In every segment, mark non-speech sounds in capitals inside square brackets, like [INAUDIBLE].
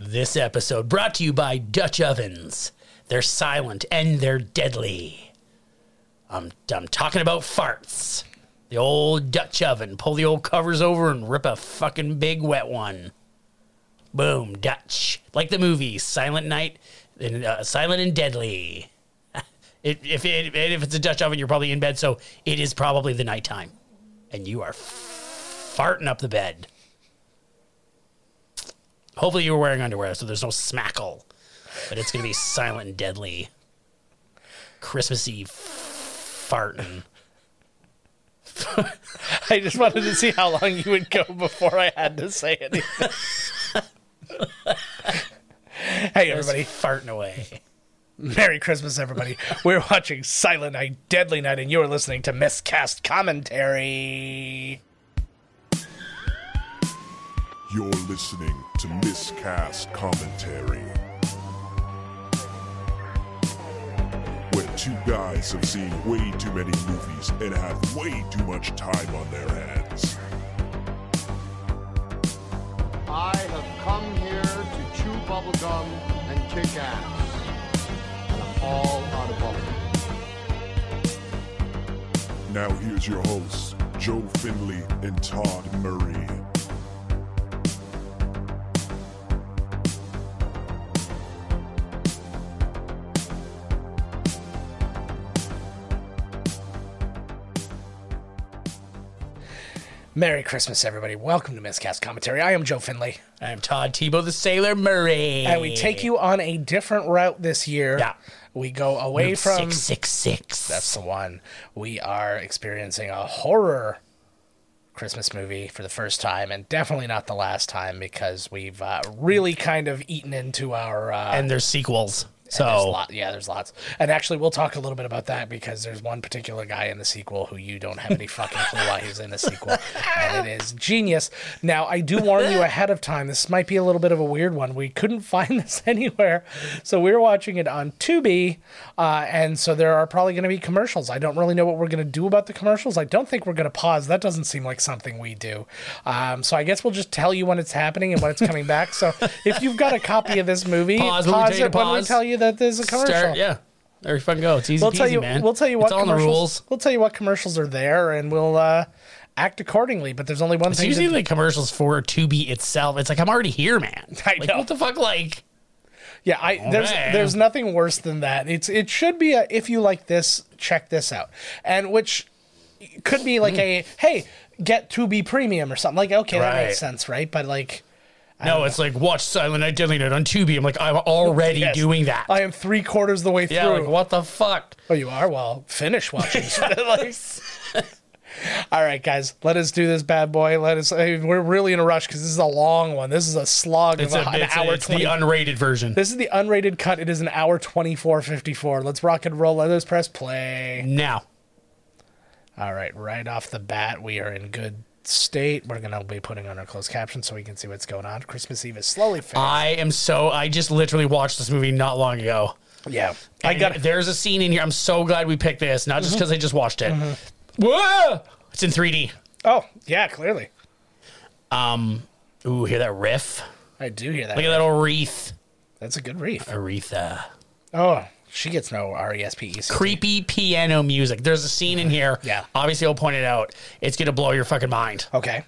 This episode brought to you by Dutch ovens. They're silent and they're deadly. I'm, I'm talking about farts. The old Dutch oven. Pull the old covers over and rip a fucking big wet one. Boom, Dutch. Like the movie Silent Night, and, uh, Silent and Deadly. [LAUGHS] It, if, it, if it's a Dutch oven, you're probably in bed, so it is probably the nighttime. And you are farting up the bed. Hopefully you were wearing underwear, so there's no smackle. But it's going to be silent and deadly. Christmassy farting. [LAUGHS] I just wanted to see how long you would go before I had to say anything. [LAUGHS] hey, everybody. Everybody farting away. Merry Christmas, everybody. We're watching Silent Night, Deadly Night, and you're listening to Miscast Commentary. You're listening to Miscast Commentary. Where two guys have seen way too many movies and have way too much time on their hands. I have come here to chew bubblegum and kick ass. And I'm all out of bubblegum. Now here's your hosts, Joe Finley and Todd Murray. Merry Christmas, everybody. Welcome to Miscast Commentary. I am Joe Finley. I'm Todd Tebow, the Sailor Murray. And we take you on a different route this year. Yeah. We go away from. 666. That's the one. We are experiencing a horror Christmas movie for the first time, and definitely not the last time because we've uh, really kind of eaten into our. Uh, and there's sequels. there's So lot- yeah, there's lots. And actually, we'll talk a little bit about that because there's one particular guy in the sequel who you don't have any fucking clue why he's in the sequel. And it is genius. Now, I do warn you ahead of time, this might be a little bit of a weird one. We couldn't find this [LAUGHS] anywhere. So we are watching it on Tubi. Uh, and so there are probably going to be commercials. I don't really know what we're going to do about the commercials. I don't think we're going to pause. That doesn't seem like something we do. Um, so I guess we'll just tell you when it's happening and when it's coming back. So if you've got a copy of this [LAUGHS] movie, Pause pause, when we tell you to it when we pause. tell you that there's a commercial. start, yeah. There you fucking go. It's easy We'll peasy, tell you. man. We'll tell you what it's all in the commercials. rules. We'll tell you what commercials are there, and we'll uh, act accordingly. But there's only one It's thing. usually to- like commercials for Tubi itself. It's like I'm already here, man. [LAUGHS] I like, know. What the fuck, like? yeah, I, there's Oh, man. there's nothing worse than that. It's it should be a if you like this, check this out, and which could be like a hey get to be premium or something like okay that Mm. Right. makes sense right but like No, it's like watch Silent Night, Deadly Night on Tubi. I'm like I'm already yes, doing that. I am three quarters of the way through yeah, like what the fuck? Oh, you are? Well, finish watching. Like- [LAUGHS] All right, guys, let us do this bad boy. Let us. I mean, we're really in a rush because this is a long one. This is a slog It's, of a, a- an it's, hour it's the twenty. unrated version. this is the unrated cut. It is an hour twenty four fifty four. Let's rock and roll. Let us press play. now, All right, right off the bat, we are in good state. We're gonna be putting on our closed caption so we can see what's going on. Christmas Eve is slowly. Fa- I am so. I just literally watched this movie not long ago. yeah, I And got. it. Mm-hmm. There's a scene in here. I'm so glad we picked this, not just because I just watched it. Whoa! It's in 3D. Oh yeah, clearly Ooh, hear that riff? I do hear that. Look at Uh, that old wreath. That's a good reef. Aretha. Oh, she gets no R E S P E C. Creepy piano music. There's a scene in here. Yeah. Obviously, I'll point it out. It's going to blow your fucking mind. Okay.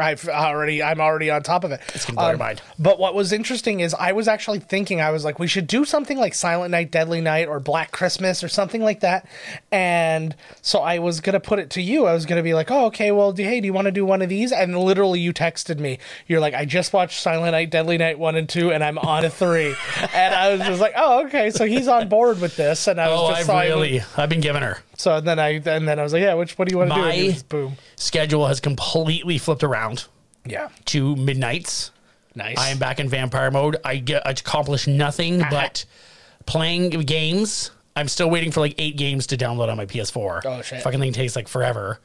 I've already I'm already on top of it. It's gonna blow your mind. But what was interesting is I was actually thinking I was like we should do something like Silent Night, Deadly Night, or Black Christmas or something like that. And so I was gonna put it to you. I was gonna be like, oh okay, well do, hey, do you want to do one of these? And literally you texted me. You're like, I just watched Silent Night, Deadly Night one and two, and I'm on [LAUGHS] a three. and I was just like, oh okay, so he's on board with this. And I was Oh, I just so I was- really, I've been giving her. so then I and then I was like, yeah, which what do you want to do? And My- you just boom. Schedule has completely flipped around Yeah. to midnights. Nice. I am back in vampire mode. I get I accomplish nothing Uh-huh. but playing games. I'm still waiting for like eight games to download on my PS4. Oh, shit. Fucking thing takes like forever.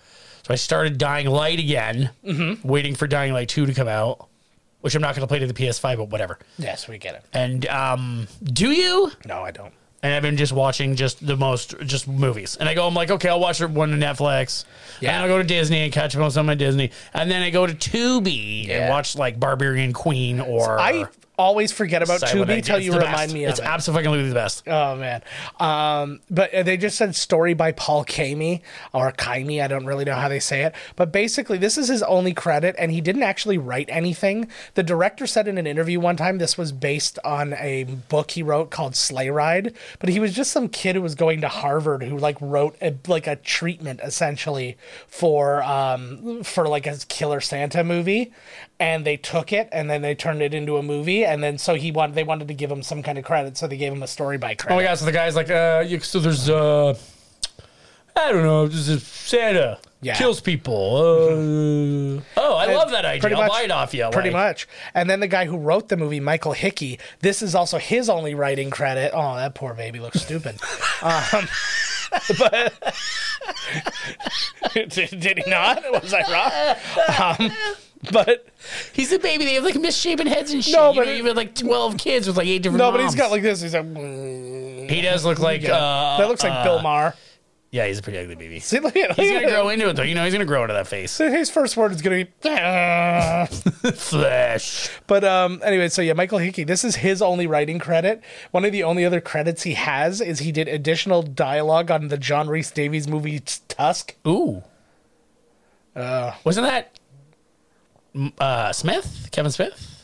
So I started Dying Light again, Mm-hmm. waiting for Dying Light 2 to come out, which I'm not going to play to the PS5, but whatever. Yes, we get it. And um, do you? No, I don't. and I've been just watching just the most just movies. And I go, I'm like, okay, I'll watch one to Netflix. Yeah. Yeah. And I'll go to Disney and catch up on some of my Disney. And then I go to Tubi Yeah. and watch like Barbarian Queen or I always forget about Say what I Tubi did. till It's you the remind best. me of It's it. absolutely the best. Oh man, um, but they just said story by Paul Kamey or Kaimi. I don't really know how they say it, but basically this is his only credit, and he didn't actually write anything. The director said in an interview one time this was based on a book he wrote called Sleigh Ride, but he was just some kid who was going to Harvard who like wrote a, like a treatment essentially for um, for like a Killer Santa movie, and they took it and then they turned it into a movie, and then so he wanted they wanted to give him some kind of credit, so they gave him a story by credit. Oh my god! So the guy's like, uh, you- so there's uh, I don't know, this is Santa Yeah. Mm-hmm. kills people. Uh, oh, I love that idea. Pretty I'll much, buy it off you. Pretty like- much. [LAUGHS] And then the guy who wrote the movie, Michael Hickey, this is also his only writing credit. Oh, that poor baby looks [LAUGHS] stupid. um, but did, did he not? Was I [LAUGHS] wrong? Um, but He's a baby. They have like misshapen heads and shit. No, you but know, it- you have like twelve kids with like eight different. no, but he's moms. got like this. He's like, mm, He does look like. Uh, that looks like Bill Maher. [LAUGHS] Yeah, he's a pretty ugly baby. See, look at, He's gonna grow into it though. You know, he's gonna grow into that face. [LAUGHS] His first word is going to be. [LAUGHS] "Ah." Flesh. But um, anyway, so yeah, Michael Hickey. This is his only writing credit. One of the only other credits he has is he did additional dialogue on the John Reese Davies movie T- Tusk. Ooh. Uh, Wasn't that mm, uh, Smith? Kevin Smith?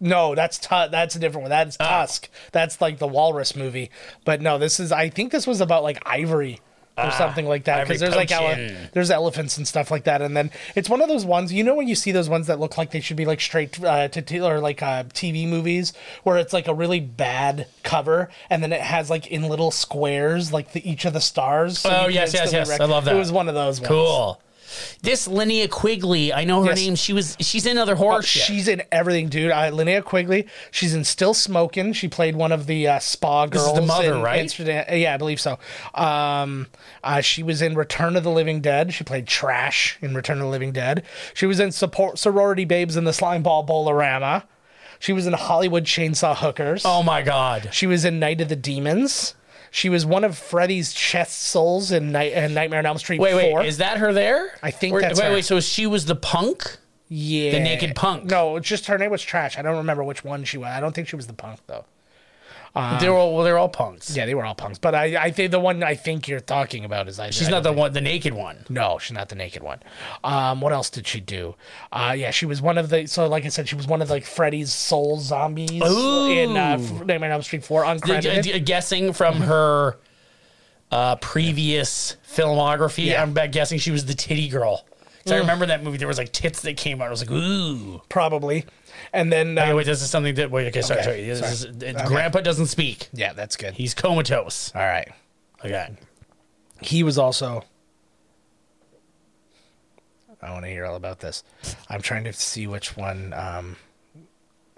No, that's tu- that's a different one. That's Ah. Tusk. That's like the Walrus movie. But no, this is. I think this was about like ivory. Or something like that, Ah, Ivory because there's like ele- poaching. there's elephants and stuff like that, and then it's one of those ones you know when you see those ones that look like they should be like straight uh, to t- or like uh, TV movies where it's like a really bad cover, and then it has like in little squares like the each of the stars. so Oh, you can yes, yes, instantly yes. I love that. It was one of those. Ones. Cool. This Linnea Quigley, I know her Yes. Oh, name. She was she's in other horror shit. She's in everything, dude. Uh, Linnea Quigley. She's in Still Smoking. She played one of the uh, spa girls. is the mother, in right? Amsterdam. Uh, Yeah, I believe so. Um, uh, she was in Return of the Living Dead. She played Trash in Return of the Living Dead. She was in support Sorority Babes in the Slime Ball Bolorama. She was in Hollywood Chainsaw Hookers. oh my god. She was in Night of the Demons. She was one of Freddy's chest souls in, Night- in Nightmare on Elm Street. Wait, wait, 4. is that her there? I think Or- that's wait, her. wait. So she was the punk. Yeah. The naked punk. No, just her name was trash. I don't remember which one she was. I don't think she was the punk though. they're all well, they're all punks. Um, Yeah, they were all punks. But I, I think the one I think you're talking about is I. She's not the one, the naked one. No, she's not the naked one. Um, what else did she do? Uh, yeah, she was one of the. So, like I said, she was one of like Freddy's soul zombies in uh, Ooh. Nightmare on Elm Street Four. Uncredited. G- g- uh, guessing from Mm-hmm. her uh, previous filmography, Yeah. Mm. I'm bet- guessing she was the titty girl. 'Cause I remember that movie. There was like tits that came out. I was like, ooh. probably. And then. Okay, Um, wait, this is something that. Wait, okay, sorry, Okay, sorry. This is- it- Grandpa doesn't speak. yeah, that's good. He's comatose. all right. Okay. He was also. I want to hear all about this. I'm trying to see which one. Um,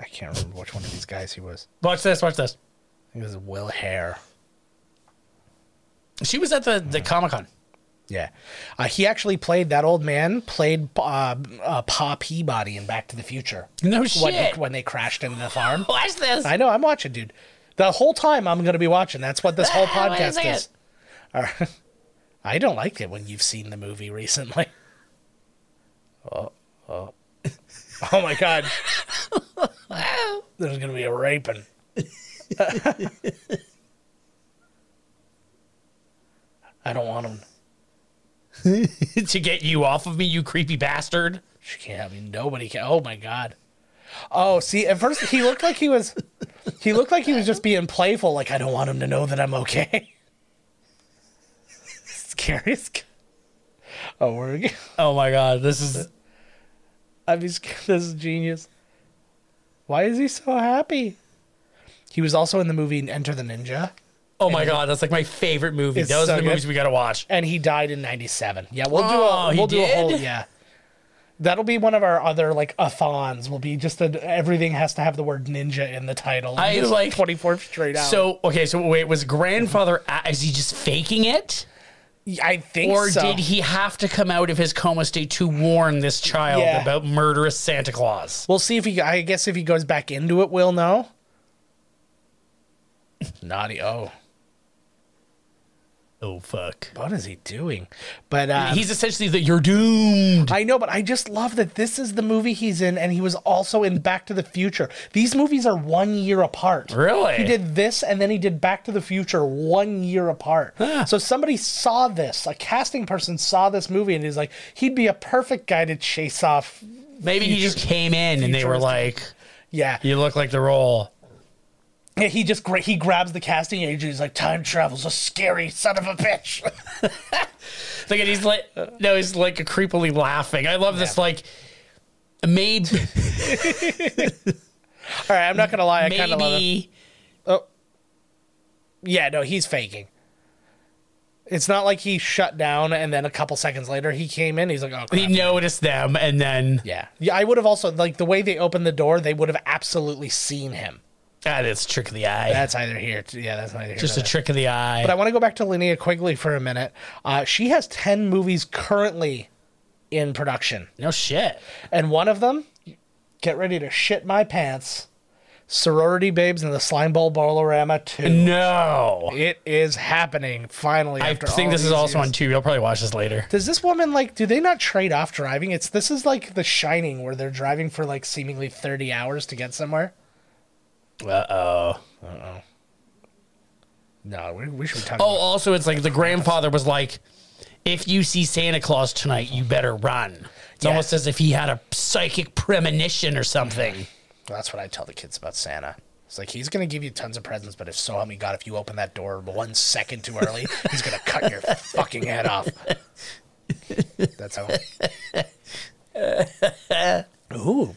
I can't remember which one of these guys he was. Watch this. Watch this. I think it was Will Hare. She was at the the Comic Con. Yeah, uh, he actually played that old man. Played uh, uh, Pa Peabody in Back to the Future. No When, shit. when they crashed into the farm. Watch this. I know. I'm watching, dude. The whole time I'm going to be watching. That's what this whole Ah, wait a podcast second. is. All right. [LAUGHS] I don't like it when you've seen the movie recently. [LAUGHS] Oh, oh. oh my god. There's going to be a raping. [LAUGHS] I don't want him. to get you off of me, you creepy bastard. She can't have me. Nobody can. Oh my god. Oh, see, at first he looked like he was, he looked like he was just being playful. Like I don't want him to know that I'm okay. [LAUGHS] Scary. as c- Oh, we're. [LAUGHS] Oh my god, this is I mean, sc- this is genius. Why is he so happy? He was also in the movie Enter the Ninja, Oh my god, that's like my favorite movie. It's Those so are the good. movies we gotta watch. and he died in '97. Yeah, we'll Oh, do a he we'll do a whole did? yeah. That'll be one of our other like athons. Will be just that everything has to have the word ninja in the title. I Just like- 24 straight out. So okay, so wait, was grandfather a- is he just faking it, I think or so. did he have to come out of his coma state to warn this child Yeah. about murderous Santa Claus? We'll see if he. I guess if he goes back into it, [LAUGHS] we'll know. Naughty. Oh. Oh fuck. What is he doing? But um, He's essentially the you're doomed. I know, but I just love that this is the movie he's in, and he was also in Back to the Future. These movies are one year apart. Really? He did this, and then he did Back to the Future one year apart. So somebody saw this, a casting person saw this movie, and he's like, he'd be a perfect guy to chase off. Maybe he just came in and they were futuristic. like, Yeah. "You look like the role." Yeah, he just gra- he grabs the casting agent. He's like, "Time travel's a scary son of a bitch." [LAUGHS] Like and he's like, no, he's like creepily laughing. I love this. Yeah. Like, maybe, [LAUGHS] All right, I'm not gonna lie, I kind of love him. maybe. Yeah, no, he's faking. It's not like he shut down and then a couple seconds later he came in. He's like, "Oh, He crap." noticed them, and then yeah, yeah." I would have also like the way they opened the door. They would have absolutely seen him. ah, that's a trick of the eye. That's either here. Yeah, that's neither here. just nor a there. trick of the eye. But I want to go back to Linnea Quigley for a minute. Uh, she has ten movies currently in production. no shit. And one of them, get ready to shit my pants. Sorority Babes and the Slime Ball Bolorama 2. No. It is happening finally. I after think all this is these also years. on Tubi. I'll probably watch this [LAUGHS] later. Does this woman like? Do they not trade off driving? It's this is like The Shining, where they're driving for like seemingly thirty hours to get somewhere. Uh oh. No, we, we should be talking. Oh, also, it's like the grandfather was like, if you see Santa Claus tonight, you better run. It's Yeah. almost as if he had a psychic premonition or something. Well, that's what I tell the kids about Santa. It's like he's gonna give you tons of presents, but if so help me God, if you open that door one second too early, he's gonna cut [LAUGHS] your fucking head off. That's how. Ooh.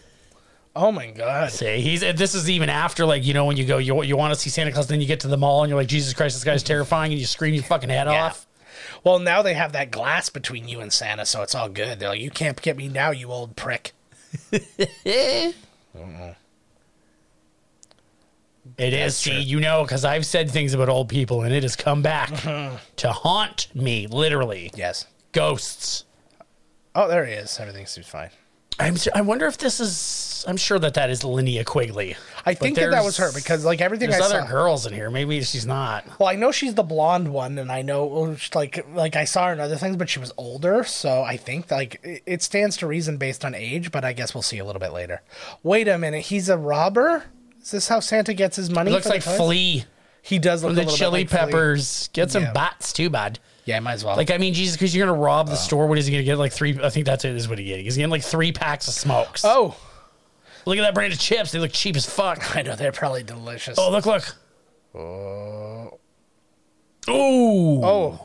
Oh my God. See, he's and this is even after like you know when you go you you want to see Santa Claus, then you get to the mall and you're like Jesus Christ, this guy's terrifying, and you scream your fucking head Mm-hmm. Yeah. off. Well, now they have that glass between you and Santa, so it's all good. They're like, you can't get me now, you old prick. It is. See, you know, because I've said things about old people, and it has come back Mm-hmm. to haunt me. Literally, Yes. ghosts. Oh, there he is. Everything seems fine. I'm. su- I wonder if this is. I'm sure that that is Linnea Quigley. I think that that was her because, like, everything I There's other saw. girls in here. Maybe she's not. Well, I know she's the blonde one, and I know well, she- like like I saw her in other things, but she was older, so I think like it- it stands to reason based on age. But I guess we'll see a little bit later. Wait a minute, he's a robber. Is this how Santa gets his money? It looks for the like toys? Flea He does look from a the little bit Chili like Flea. Peppers. Get some Yeah. bats too bad. Yeah, might as well. Like I mean, Jesus, because you're gonna rob Oh. the store. What is he gonna get? Like three? I think that's it. Is what he getting. He's getting like three packs of smokes. oh, look at that brand of chips. They look cheap as fuck. I know they're probably delicious. Oh, look, look. Oh. [LAUGHS] oh,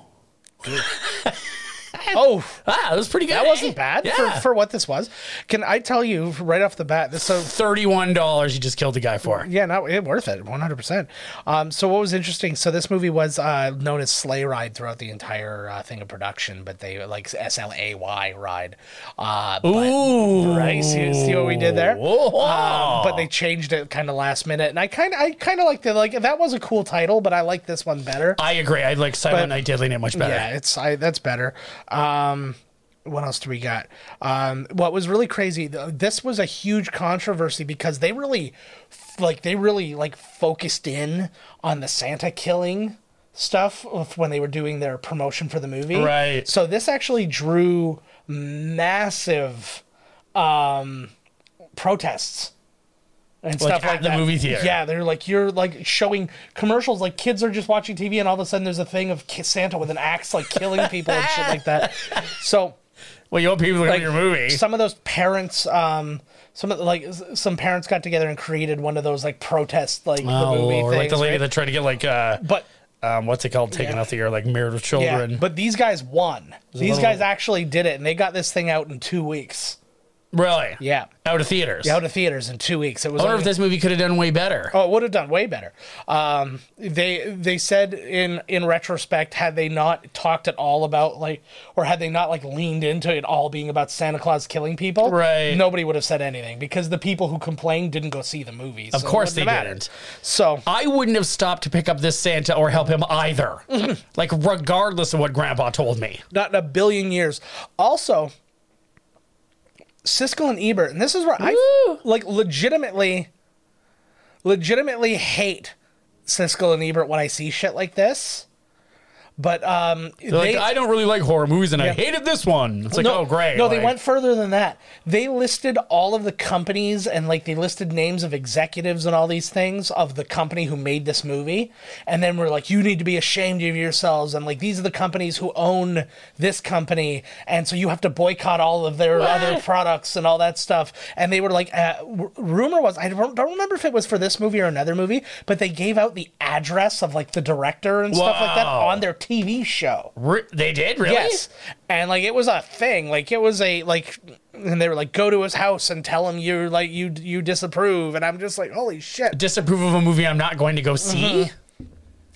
oh. Ah, that was pretty good. That eh? wasn't bad Yeah. for, for what this was. Can I tell you right off the bat? This so Thirty-one dollars. You just killed a guy for. yeah, not it, worth it, one hundred percent. Um, so what was interesting? So this movie was uh, known as Sleigh Ride throughout the entire uh, thing of production, but they like S L A Y Ride. Uh, but- Ooh. right? See, see what we did there? Whoa. Um, but they changed it kind of last minute, and I kind of I kind of like the like that was a cool title, but I like this one better. I agree. I like Silent Night, Deadly Night much better. Yeah, it's I that's better. Um what else do we got? Um what was really crazy th- this was a huge controversy because they really f- like they really like focused in on the Santa killing stuff of when they were doing their promotion for the movie. Right. So this actually drew massive um protests and Like, stuff at like the that. movie theater. Yeah, they're like you're like showing commercials like kids are just watching TV and all of a sudden there's a thing of ki- Santa with an axe like killing people and shit [LAUGHS] like that. So Well, you want people to like like, your movie. some of those parents um some of the, like s- some parents got together and created one of those like protest like oh, the movie or like things. the lady right? that tried to get like uh, but um, what's it called? Taken Yeah. out the air, like married with yeah, children. but these guys won. These little- guys actually did it and they got this thing out in 2 weeks. really, Yeah. out of theaters. Out of theaters in 2 weeks. It was I wonder only- if this movie could have done way better. Oh, it would have done way better. Um, they they said in in retrospect, had they not talked at all about like, or had they not like leaned into it all being about Santa Claus killing people, Right. Nobody would have said anything because the people who complained didn't go see the movies. of course they didn't. So I wouldn't have stopped to pick up this Santa or help him [LAUGHS] either. like regardless of what Grandpa told me. not in a billion years. Also, Siskel and Ebert, and this is where I like legitimately, legitimately hate Siskel and Ebert when I see shit like this. But um, They're like, they- I don't really like horror movies, and I Yeah. hated this one. It's like, no, oh, great. No, they like- went further than that. They listed all of the companies and like they listed names of executives and all these things of the company who made this movie. And then we're like, you need to be ashamed of yourselves. And like, these are the companies who own this company. And so you have to boycott all of their other products and all that stuff. And they were like, uh, r- rumor was, I don't, don't remember if it was for this movie or another movie, but they gave out the address of like the director and stuff like that Wow. on their TV show. Re- they did really. Yes. And like it was a thing. Like it was a like and they were like go to his house and tell him you like you you disapprove and I'm just like holy shit. Disapprove of a movie I'm not going to go see Mm-hmm.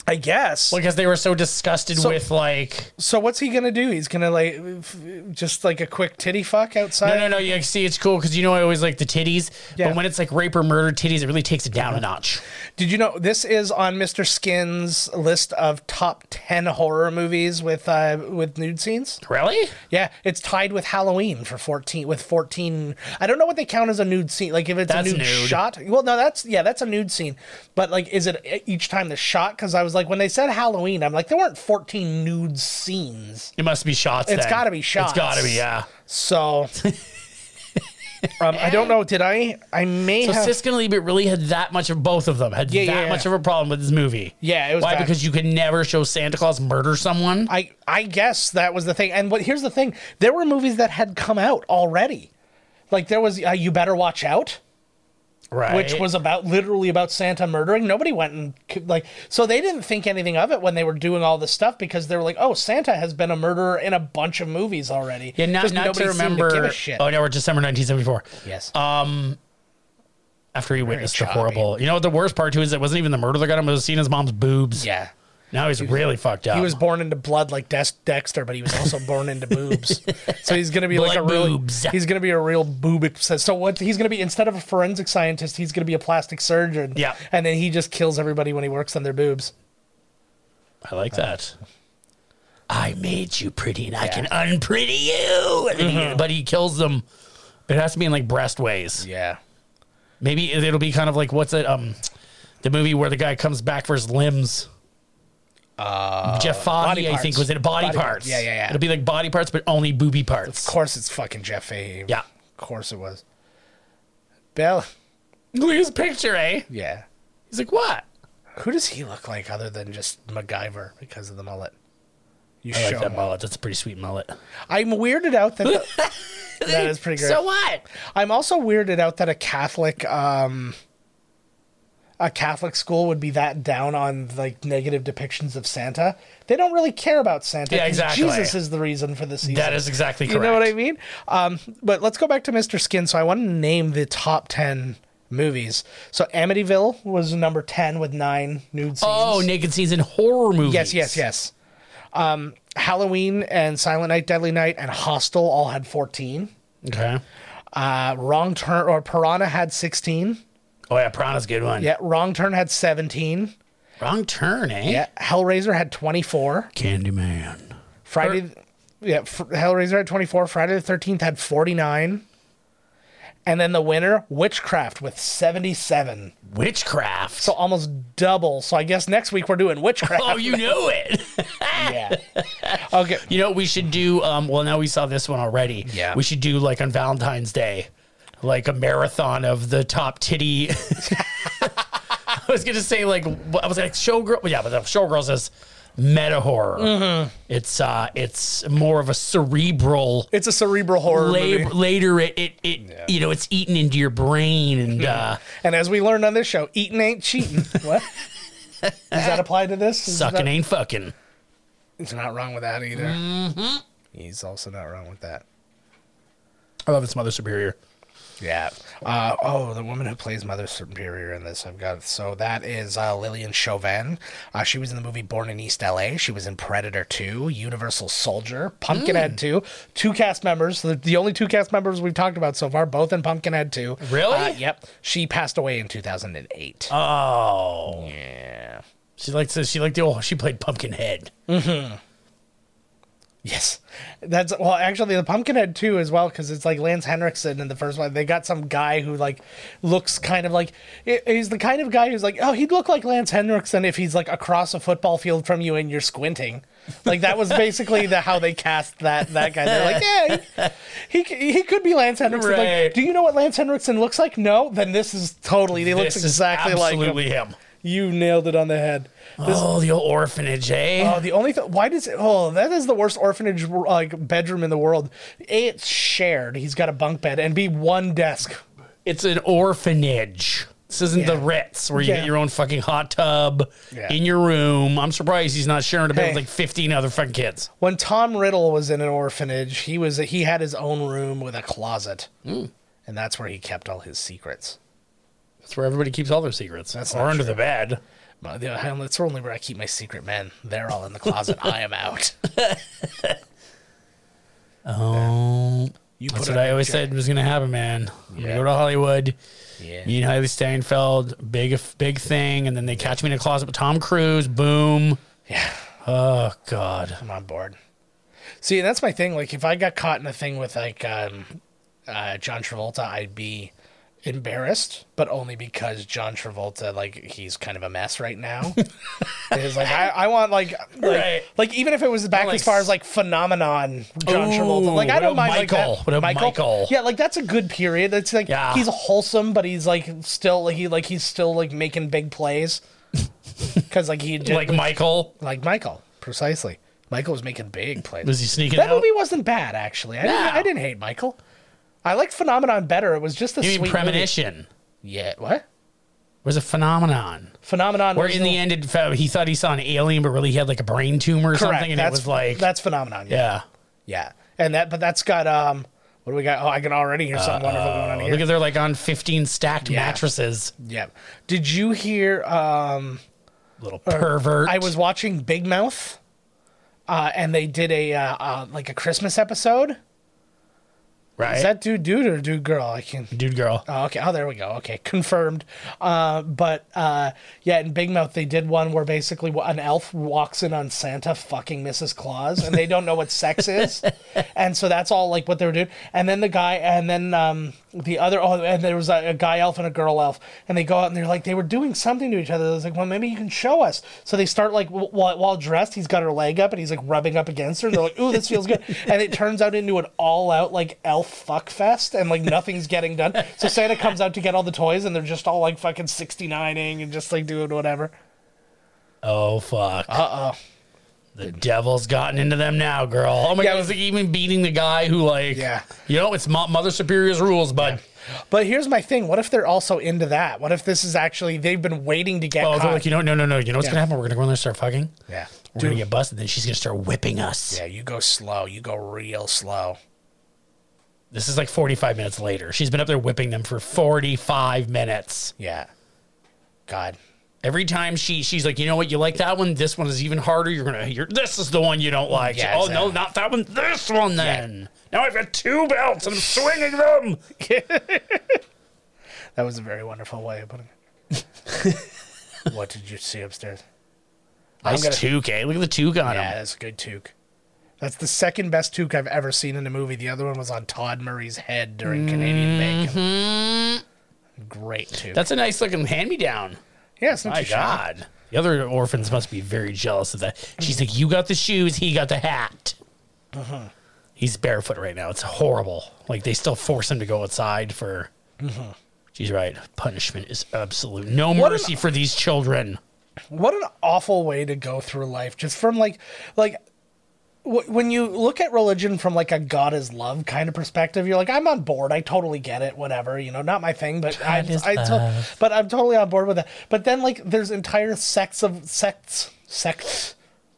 I guess. Like because they were so disgusted with like. so what's he going to do? He's going to like f- just like a quick titty fuck outside. No, no, no. You like, see, it's cool because you know I always like the titties, Yeah. Mm-hmm. but when it's like rape or murder titties, it really takes it down a notch. Did you know this is on Mr. Skin's list of top 10 horror movies with uh with nude scenes? Really? Yeah, it's tied with Halloween for 14 with 14. I don't know what they count as a nude scene. Like if it's That's a nude, nude. shot. Well, no, that's yeah, that's a nude scene. But like is it each time the shot cuz I was like when they said Halloween, I'm like there weren't 14 nude scenes. It must be shots. It's then. gotta be shots. It's gotta be yeah. So um, I don't know, did I I may So have Siskin and Liebert really had that much of both of them had Yeah, that yeah, much yeah. of a problem with this movie. Yeah, it was why bad. because you can never show Santa Claus murder someone. I I guess that was the thing. And what here's the thing, there were movies that had come out already. Like there was uh, You Better Watch Out. right. which was about literally about Santa murdering. Nobody went and c- like so they didn't think anything of it when they were doing all this stuff because they were like, oh, Santa has been a murderer in a bunch of movies already. yeah, not, Just not to nobody seemed remember. give a shit. Oh uh, no, we're December 1974. yes. After he witnessed the choppy. horrible, you know what the worst part too is it wasn't even the murder that got him; it was seeing his mom's boobs. yeah. Now he's really fucked up. He was born into blood like Des- Dexter, but he was also born [LAUGHS] into boobs. So he's gonna be like a Blood real boobs. he's gonna be a real boob obsessed. So what he's gonna be instead of a forensic scientist, he's gonna be a plastic surgeon. Yeah. and then he just kills everybody when he works on their boobs. I like that. I made you pretty, and I can unpretty you. And then Mm-hmm. he- but he kills them. But it has to be in like breast ways. Yeah, Maybe it'll be kind of like what's it? Um, the movie where the guy comes back for his limbs. Uh, Jeff body Fahey, I parts. think, was in body, Body parts. parts. Yeah, yeah, yeah. It'll be like body parts, but only booby parts. Of course it's fucking Jeff Fahey. Yeah. Of course it was. Bill. Look at his picture, eh? Yeah. He's like, what? Who does he look like other than just MacGyver because of the mullet? You I show like that me. mullet. That's a pretty sweet mullet. I'm weirded out that [LAUGHS] the- that is pretty great. So what? I'm also weirded out that a Catholic um a Catholic school would be that down on like negative depictions of Santa. They don't really care about Santa. Yeah, 'cause exactly. Jesus is the reason for the season. That is exactly You correct. know what I mean? Um, but let's go back to Mr. Skin. So I want to name the top 10 movies. So Amityville was number 10 with nine nude scenes. Oh, naked scenes in horror movies. yes, yes, yes. Um, Halloween and Silent Night, Deadly Night, and Hostel all had 14. Okay. Uh, Wrong Turn or Piranha had 16. Oh yeah, Piranha's a good one. Yeah, Wrong Turn had 17. Wrong turn, eh? Yeah, Hellraiser had 24. Candyman. Friday, yeah, F- Hellraiser had 24. Friday the 13th had 49. And then the winner, Witchcraft, with 77. Witchcraft. So almost double. So I guess next week we're doing Witchcraft. oh, you know it. yeah. [LAUGHS] Okay. You know what we should do? Um, well, now we saw this one already. Yeah. We should do like on Valentine's Day, like a marathon of the top titty. [LAUGHS] I was gonna say like I was like showgirl. Yeah, but the showgirls is meta horror. Mm-hmm. It's uh, it's more of a cerebral. It's a cerebral horror Lab- movie. later, it it, it you know it's eaten into your brain Hmm. and uh, And as we learned on this show, eating ain't cheating. [LAUGHS] what? Does that apply to this? Is sucking that- ain't fucking. He's not wrong with that either. He's also not wrong with that. I love its mother superior. Yeah. Uh, oh, the woman who plays Mother Superior in this, I've got. So that is uh, Lillian Chauvin. Uh, she was in the movie Born in East LA. She was in Predator 2, Universal Soldier, Pumpkinhead 2. Two cast members, the, the only two cast members we've talked about so far, both in Pumpkinhead 2. Really? Uh, yep. She passed away in 2008. Oh, yeah. she likes the, she liked the old. She played Pumpkinhead. Yes, that's well. Actually, the Pumpkinhead too, as well, because it's like Lance Henriksen in the first one. They got some guy who like looks kind of like he- he's the kind of guy who's like, oh, he'd look like Lance Henriksen if he's like across a football field from you and you're squinting. Like that was basically the how they cast that that guy. They're like, yeah, he he, he could be Lance Henriksen. Like, Right. do you know what Lance Henriksen looks like? No, then this is totally. He looks This is exactly like him. absolutely him. You nailed it on the head. This Oh, the old orphanage, eh? Oh, the only thing. Why does it? Oh, that is the worst orphanage like bedroom in the world. A, it's shared. He's got a bunk bed, and B, one desk. it's an orphanage. This isn't the Ritz where you Yeah. get your own fucking hot tub Yeah. in your room. I'm surprised he's not sharing a bed Hey. with like 15 other fucking kids. When Tom Riddle was in an orphanage, he was he had his own room with a closet, and that's where he kept all his secrets. That's where everybody keeps all their secrets. That's or not under true. the bed. Well, the- hell, That's only where I keep my secret men. They're all in the closet. I am out. Oh, You that's put what on I your always jacket. said was going to happen, man. I'm Yeah. gonna go to Hollywood. Yeah. You know, Haley Steinfeld, big, big thing, and then they catch me in a closet with Tom Cruise. Boom. Yeah. Oh God. I'm on board. See, that's my thing. Like, if I got caught in a thing with like um, uh, John Travolta, I'd be embarrassed, but only because John Travolta, like, he's kind of a mess [LAUGHS] right now. it's like I, I want like like, Right. like even if it was back Like as far as s- like phenomenon John Ooh, Travolta, like I what don't about mind Michael? like that. What about Michael? yeah, like that's a good period. That's like Yeah. he's wholesome, but he's like still like he like he's still like making big plays [LAUGHS] because like he did Like Michael, like Michael, precisely. Michael was making big plays. was he sneaking that out? movie wasn't bad, actually. I, didn't, No. I didn't hate Michael. I liked Phenomenon better. It was just a you sweet mean movie. premonition? Yeah, what? Was a phenomenon. Phenomenon. Where was in the end, it, felt- he thought he saw an alien, but really he had like a brain tumor or correct. something, and that's, it was like, that's Phenomenon. Yeah. yeah. yeah, and that, but that's got um, what do we got? Oh, I can already hear something wonderful going on Oh, here. look at they're like on 15 stacked Yeah. mattresses. yeah. Did you hear? Um, Little pervert. I was watching Big Mouth, uh, and they did a uh, uh, like a Christmas episode. right. Is that dude, dude, or dude, girl? I can. dude, girl. Oh, okay. Oh, there we go. Okay, confirmed. Uh, but uh, yeah, in Big Mouth, they did one where basically an elf walks in on Santa fucking Mrs. Claus, and they don't know what sex is, and so that's all like what they were doing. And then the guy, and then um, the other, oh, and there was a, a guy elf and a girl elf, and they go out and they're like they were doing something to each other. I was like, well, maybe you can show us. So they start like w- while, while dressed, he's got her leg up and he's like rubbing up against her. They're like, ooh, [LAUGHS] this feels good. And it turns out into an all out like elf fuck fest and like nothing's getting done. So Santa comes out to get all the toys and they're just all like fucking 69ing and just like doing whatever. Oh, fuck. Uh oh. Uh-uh. The devil's gotten into them now, girl. Oh my Yeah, God. it It was- was like even beating the guy who, like, Yeah. you know, it's Mo- Mother Superior's rules, bud. But here's my thing what if they're also into that? What if this is actually they've been waiting to get Oh, caught? they're like, you know, no, no, no. You know what's Yeah. going to happen? We're going to go in there and start fucking. yeah. We're going to get busted. Then she's going to start whipping us. Yeah, you go slow. You go real slow. This is like 45 minutes later. She's been up there whipping them for 45 minutes. Yeah. God. Every time she she's like, you know what, you like that one. This one is even harder. You're gonna, you're, this is the one you don't like. Yeah, oh exactly. no, not that one. This one then. Now I've got two belts and I'm swinging them. That was a very wonderful way of putting it. what did you see upstairs? I'm Nice gonna- toque. eh? Look at the toque on Yeah, him. that's a good toque. That's the second best toque I've ever seen in a movie. The other one was on Todd Murray's head during Canadian Bacon. Great toque. That's a nice looking hand me down. yeah, it's not My too shabby. God. The other orphans must be very jealous of that. She's like, you got the shoes, he got the hat. Uh-huh. He's barefoot right now. It's horrible. Like they still force him to go outside for. She's right. Punishment is absolute. No Uh-huh. What an- mercy for these children. What an awful way to go through life. Just from like, like wh- when you look at religion from like a God is love kind of perspective, you're like, I'm on board. I totally get it. Whatever, you know, not my thing, but I, is I, to- but I'm totally on board with that. But then like, there's entire sects of sects, sects,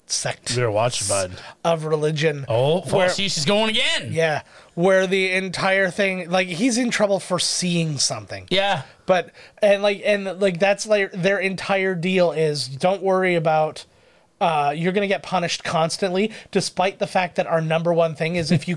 sect. better watch, bud. of religion. Oh, where, well, see, she's going again. yeah, where the entire thing like he's in trouble for seeing something. Yeah. But and like and like that's like their entire deal is don't worry about uh, you're going to get punished constantly, despite the fact that our number one thing is if you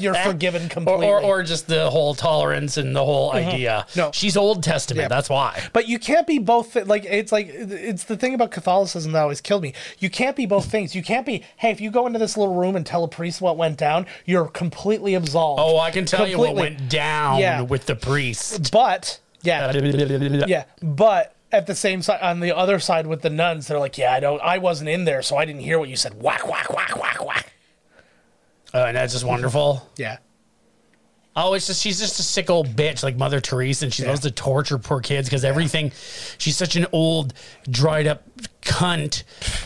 [LAUGHS] you're forgiven Or, completely. Mm-hmm. or, or just the whole tolerance and the whole idea. No. She's Old Testament. Yeah. That's why. But you can't be both. Like it's like it's the thing about Catholicism that always killed me. You can't be both things. You can't be. Hey, if you go into this little room and tell a priest what went down, you're completely absolved. Oh, I can tell you what Completely. went down Yeah. with the priest. But yeah, Yeah. yeah. But at the same side, on the other side with the nuns, they're like, yeah, I don't. I wasn't in there, so I didn't hear what you said. Whack whack whack whack whack. Oh, and that's just wonderful. Yeah. Oh, it's just she's just a sick old bitch like Mother Teresa, and she loves to torture poor kids because everything. She's such an old, dried up cunt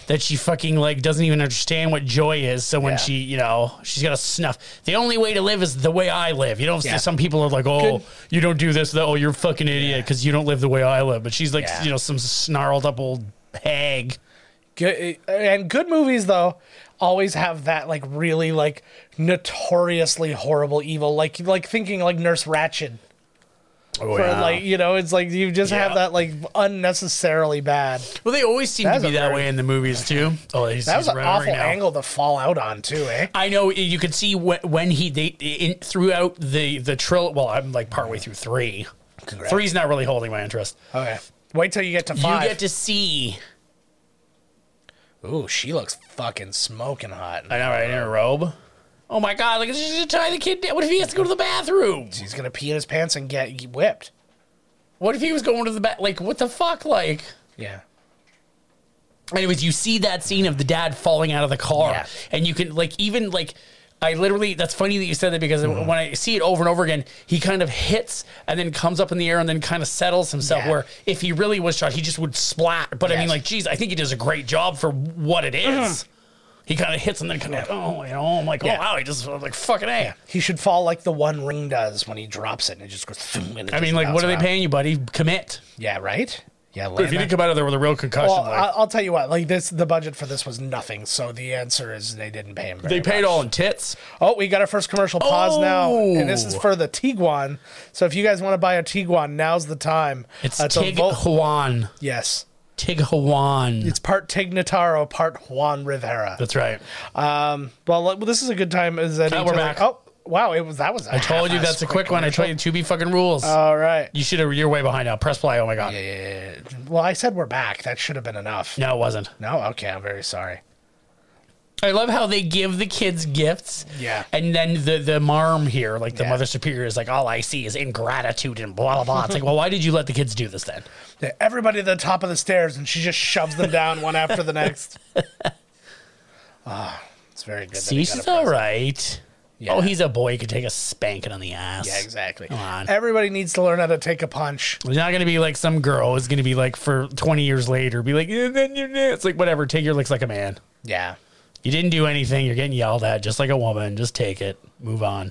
that she fucking like doesn't even understand what joy is. So when Yeah. she, you know, she's got to snuff. The only way to live is the way I live. You don't. Yeah. Some people are like, oh, Good. you don't do this. Oh, you're a fucking idiot because you don't live the way I live. But she's like, Yeah. you know, some snarled up old hag. good and good movies though always have that like really like notoriously horrible evil like like thinking like nurse ratchet Oh, Or, like you know it's like you just Yeah. have that like unnecessarily bad Well, they always seem That to was be a that very- way in the movies too. Oh, he's, that was he's an running awful right now. angle to fall out on too eh I know you could see wh- when he they in, throughout the the trill. Well, I'm like partway through three. Three's not really holding my interest. okay wait till you get to five You get to see. ooh she looks fucking smoking hot I know, right? In her robe. Oh my god! Like she's gonna tie the kid down. What if he has to go to the bathroom? he's gonna pee in his pants and get whipped What if he was going to the bath? Like what the fuck? Like. yeah anyways, you see that scene of the dad falling out of the car, Yeah. and you can like even like. I literally, that's funny that you said that because when I see it over and over again, he kind of hits and then comes up in the air and then kind of settles himself. Yeah. Where if he really was shot, he just would splat. But I mean, Yes. like, geez, I think he does a great job for what it is. He kind of hits and then kind of, oh, you know, I'm like, Yeah. oh, wow, he just, I'm like, fucking A. I he should fall like the one ring does when he drops it and it just goes thump, and it just mean, like, what bounces are they out. paying you, buddy? Commit. yeah right yeah If land you that didn't come out of there with a real concussion, Well, like, I- I'll tell you what. Like this, the budget for this was nothing. So the answer is they didn't pay him. Very they paid much. all in tits. Oh, we got our first commercial pause now, and this is Oh. for the Tiguan. So if you guys want to buy a Tiguan, now's the time. It's Uh, Tig Vol- Juan. yes, Tig Juan. it's part Tignataro, part Juan Rivera. That's right. Um, well, let- well, this is a good time. Is that Oh, we're back. oh, wow! It was that was. I told you that's a quick one. Uh, I told you two be fucking rules. All right. you should have. You're way behind now. Press play. Oh my god. Well, I said we're back. That should have been enough. No, it wasn't. No. Okay. I'm very sorry. I love how they give the kids gifts. Yeah. And then the the marm here, like the Yeah. mother superior, is like, all I see is ingratitude and blah blah blah. It's like, well, why did you let the kids do this [LAUGHS] then? Yeah, everybody to the top of the stairs, and she just shoves them down one after [LAUGHS] the next. Ah, it's very good. that See, he got a she's present. all right. Oh, he's a boy. He could take a spanking on the ass. Yeah, exactly. Come on. Everybody needs to learn how to take a punch. It's not gonna be like some girl. It's gonna be like for 20 years later. Be like, "Yeah, then you. It's like whatever. Take your licks like a man. Yeah. You didn't do anything. You're getting yelled at just like a woman. Just take it. Move on.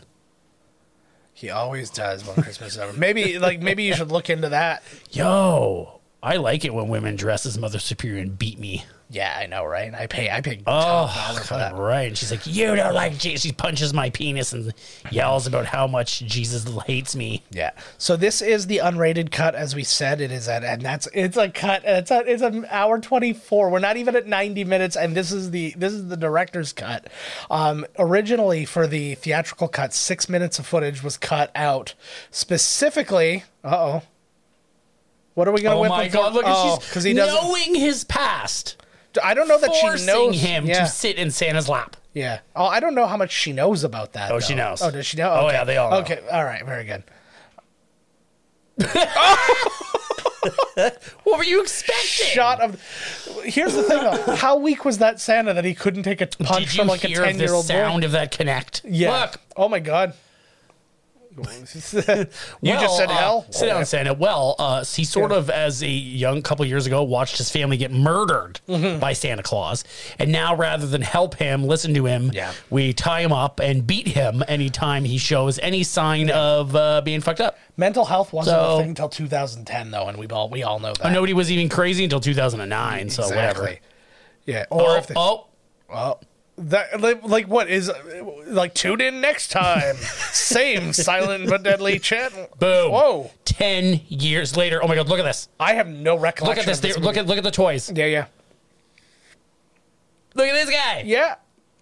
He always does when Christmas is over. Maybe like maybe you should look into that. Yo, I like it when women dress as Mother Superior and beat me. Yeah, I know, right? I pay I pay top Oh, dollar for that. right. And she's like, You don't like Jesus. She punches my penis and yells about how much Jesus hates me. Yeah. So this is the unrated cut, as we said. It is at, and that's it's a cut. It's a it's an hour twenty four. We're not even at ninety minutes, and this is the this is the director's cut. Um, originally for the theatrical cut, six minutes of footage was cut out specifically. Uh oh. What are we gonna Oh whip my him God. for? Look at oh, she's because he doesn't. knowing his past, I don't know that she forcing knows him yeah, to sit in Santa's lap. Yeah. Oh, I don't know how much she knows about that. Oh, she though. knows. Oh, does she know? Oh, Okay. yeah, they all know. Okay. All right. Very good. What were you expecting? shot of. Here's the thing, though. How weak was that Santa that he couldn't take a punch Did you from like a hear ten the year old boy? sound of that connect? Yeah. Look, Oh my god. you Well, just said uh, hell. Sit down, Santa. Well, uh, he sort Yeah. of, as a young couple years ago, watched his family get murdered Mm-hmm. by Santa Claus, and now rather than help him, listen to him, Yeah. we tie him up and beat him anytime he shows any sign of uh, being fucked up. Mental health wasn't So- a thing until 2010, though, and we all we all know that. And nobody was even crazy until 2009. So whatever. Yeah. Or if they, oh, that like, like what is like tune in next [LAUGHS] time. Same silent but deadly channel. oh, boom! Whoa. Ten years later. Oh my God! Look at this. I have no Look recollection. at this. Of this They- look movie. at look at the toys. Yeah, yeah. Look at this guy. Yeah.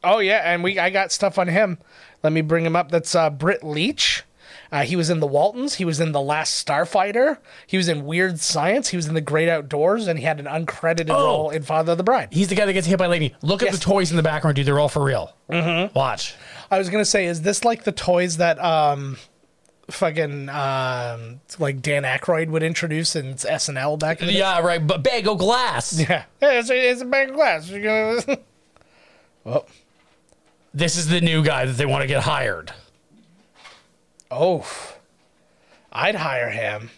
Oh yeah, and we I got stuff on him. Let me bring him up. That's uh, Britt Leach. Uh, he was in the Waltons. He was in the Last Starfighter. He was in Weird Science. He was in the Great Outdoors, and he had an uncredited Oh. role in Father of the Bride. He's the guy that gets hit by lightning. Look at Yes. the toys in the background, dude. They're all for real. Mm-hmm. Watch. I was gonna say, is this like the toys that um, fucking um, like Dan Aykroyd would introduce in SNL back in the day? Yeah, right. But bag of glass. Yeah. [LAUGHS] Hey, it's, a, it's a bag of glass. [LAUGHS] You're gonna- oh. This is the new guy that they want to get hired Oh. I'd hire him.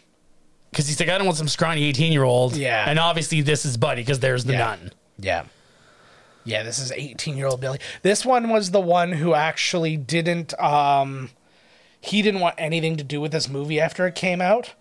because he's like, I don't want some scrawny eighteen-year-old. Yeah. And obviously, this is Buddy because there's the Yeah. nun. Yeah. Yeah, this is 18 year old Billy. This one was the one who actually didn't, um, he didn't want anything to do with this movie after it came out.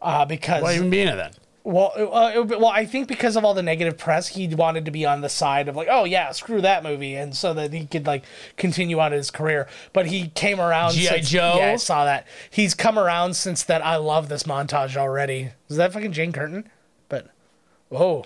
Uh, because Why even being in it? well, uh, it- well, I think because of all the negative press, he wanted to be on the side of like, oh yeah, screw that movie, and so that he could like continue on his career. But he came around. G.I. since- Joe? Yeah, I saw that. He's come around since that. I love this montage already. Is that fucking Jane Curtin? But oh,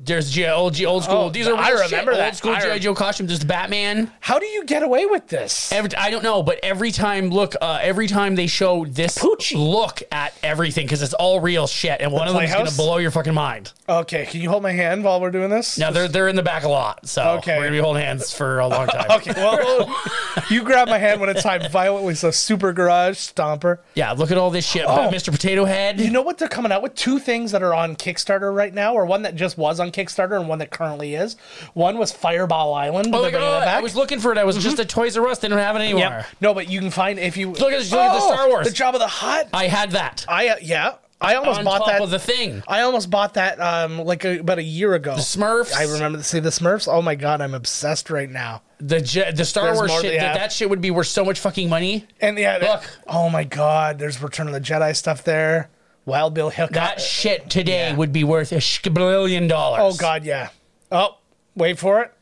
There's G- old, G- old school. Oh, These are I real remember shit. that. old school I GI rem- Joe costumes. There's the Batman. how do you get away with this? Every, I don't know, but every time, look, uh, every time they show this Poochie. look at everything because it's all real shit, and one of them is gonna Playhouse? blow your fucking mind. Okay, can you hold my hand while we're doing this? Now they're they're in the back a lot, so Okay. we're gonna be holding hands for a long time. [LAUGHS] Okay, well, you grab my hand when [LAUGHS] it's time violently. So, Super Garage Stomper. Yeah, look at all this shit. Oh. about Mr. Potato Head. You know what they're coming out with? Two things that are on Kickstarter right now, or one that just was on Kickstarter and one that currently is. One was Fireball Island. oh they're my bringing god, that back. Mm-hmm. I was looking for it. I was just at Toys R Us. They don't have it anymore. Yep. No, but you can find if you Oh, Look at this- look at the Star Wars. the Job of the Hut. I, I had that uh, yeah, I almost on bought top that. of the thing. I almost bought that um like a, about a year ago. The Smurfs. I remember see the Smurfs. Oh my god, I'm obsessed right now. The Je- the Star There's Wars more- shit. yeah. That, that shit would be worth so much fucking money. And yeah, that- Look. oh my god, there's Return of the Jedi stuff there. Wild Bill Hickok. That shit today would be worth a sh- billion dollars. oh god, yeah. Oh, wait for it.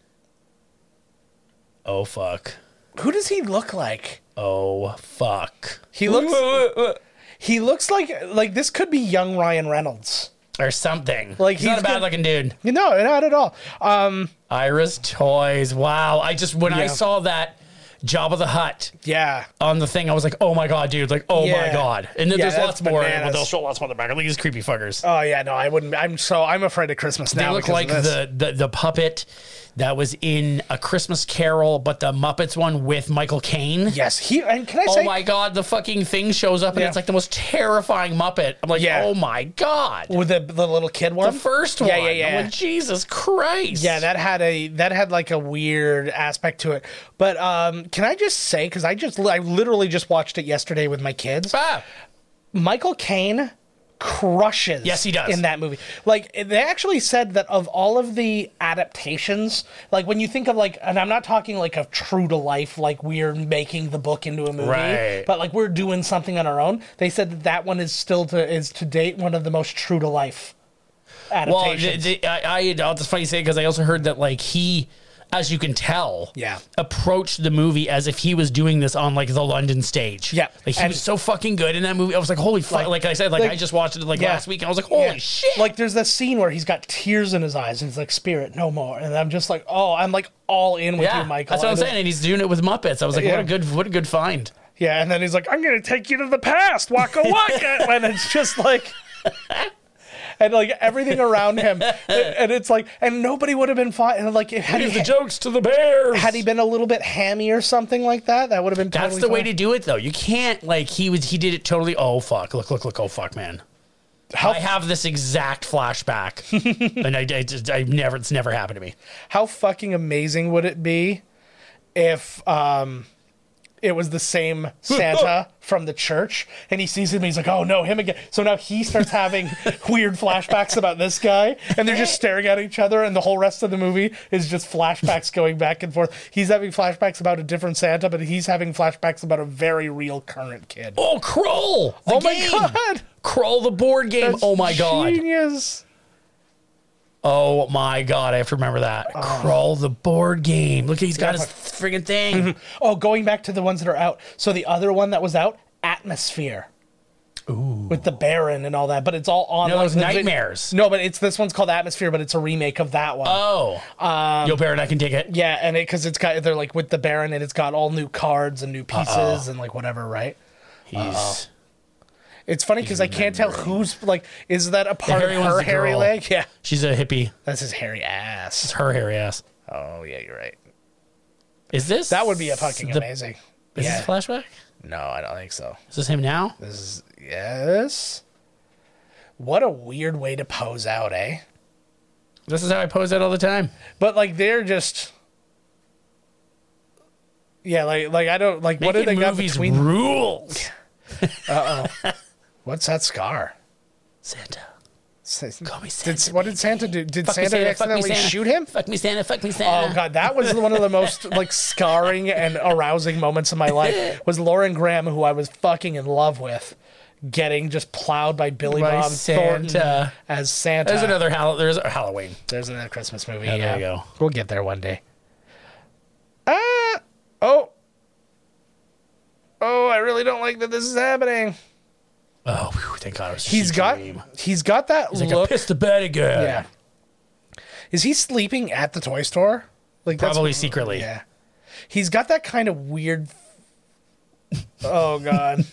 Oh fuck. Who does he look like? Oh fuck. He looks. he looks like like this could be young Ryan Reynolds. Or something. Like, Like he's, not he's a bad good- looking dude. No, not at all. Um, Ira's toys. Wow. I just when I Yeah. saw that Job of the Hut yeah, on the thing, I was like, oh my god, dude. Like, oh my Yeah. god. And then Yeah, there's lots that's more. bananas. Well, they'll show lots more in the back. Look at these creepy fuckers. Oh yeah, no, I wouldn't. I'm so I'm afraid of Christmas they now. look because of like this. the, the the puppet that was in a Christmas Carol, but the Muppets one with Michael Caine. yes. He and can I Oh say my god, the fucking thing shows up and Yeah. it's like the most terrifying Muppet. I'm like, Yeah. oh my god. with the the little kid one, the first one. Yeah, yeah, I'm yeah. like, Jesus Christ. yeah, that had a that had like a weird aspect to it. But um, can I just say because I just I literally just watched it yesterday with my kids. Ah, Michael Caine crushes. Yes, he does. in that movie. Like they actually said that of all of the adaptations, like when you think of like, and I'm not talking like of true to life, like we're making the book into a movie, Right. but like we're doing something on our own. They said that that one is still to is to date one of the most true to life well, adaptations. the, the, I, I, it's funny you say because I also heard that like he, as you can tell, Yeah. approached the movie as if he was doing this on like the London stage. Yeah. like he And- was so fucking good in that movie. I was like, holy fuck! Like, Like- I said, like, like- I just watched it like Yeah. last week, and I was like, holy Yeah. shit! Like there's that scene where he's got tears in his eyes and he's like, "Spirit, no more." And I'm just like, "Oh, I'm like all in with yeah, you, Michael." that's what I I'm don't- saying. And he's doing it with Muppets. I was like, what Yeah. a good, what a good find. Yeah, and then he's like, I'm gonna take you to the past, waka [LAUGHS] waka and it's just like and like everything [LAUGHS] around him. And, and it's like and nobody would have been fine and like if had he, jokes to the bears. had he been a little bit hammy or something like that, that would have been That's totally the way fine. to do it, though. You can't like he was. He did it totally. Oh fuck! Look, look, look! Oh fuck, man! How- I have this exact [LAUGHS] flashback, and I, I just I never. It's never happened to me. how fucking amazing would it be if um it was the same [LAUGHS] Santa from the church and he sees him he's like, Oh no, him again. So now he starts [LAUGHS] having weird flashbacks about this guy and they're just staring at each other and the whole rest of the movie is just flashbacks going back and forth. He's having flashbacks about a different Santa, but he's having flashbacks about a very real current kid. Oh, Kroll! The Oh my game! God! Kroll the board game. That's oh my god! Genius. Oh my god! I have to remember that. Ah. Kroll the board game. Look, he's got his friggin' thing. Mm-hmm. Oh, going back to the ones that are out. So the other one that was out, Atmosphere. Ooh. with the Baron and all that, but it's all on. No, like, it's the- Nightmares. No, but it's this one's called Atmosphere, but it's a remake of that one. Oh, Um, Yo Baron, I can take it. yeah, and it because it's got they're like with the Baron and it's got all new cards and new pieces and like whatever, right? He's It's funny because I can't tell who's like is that a part of hairy one's her the hairy girl. leg? Yeah, she's a hippie. that's his hairy ass. Her hairy ass. Oh yeah, you're right. Is this That would be a fucking the- amazing. Is yeah. this a flashback? no, I don't think so. Is this him now? This is yes. What a weird way to pose out, eh? This is how I pose that all the time. But like they're just Yeah, like like I don't like what do Making they got movies between rules? What's that scar? Santa. Call me Did, Santa, what did Santa do? Did Fuck me, Santa, Santa, fuck me, accidentally Santa. shoot him? Fuck me, Santa. Fuck me, Santa. Oh god, that was one of the most like scarring and arousing moments of my life. Was Lauren Graham, who I was fucking in love with, getting just plowed by Billy By Bob Thornton Santa. as Santa. There's another Hall- there's a Halloween. There's another Christmas movie. there yeah. you go. We'll get there one day. Ah! Oh! Oh, I really don't like that this is happening. Oh, whew, thank God. It was just He's a got dream. he's got that He's like I look. pissed the bed again. yeah. Is he sleeping at the toy store? Like that's- Probably secretly. yeah. He's got that kind of weird. [LAUGHS] [LAUGHS] Oh god.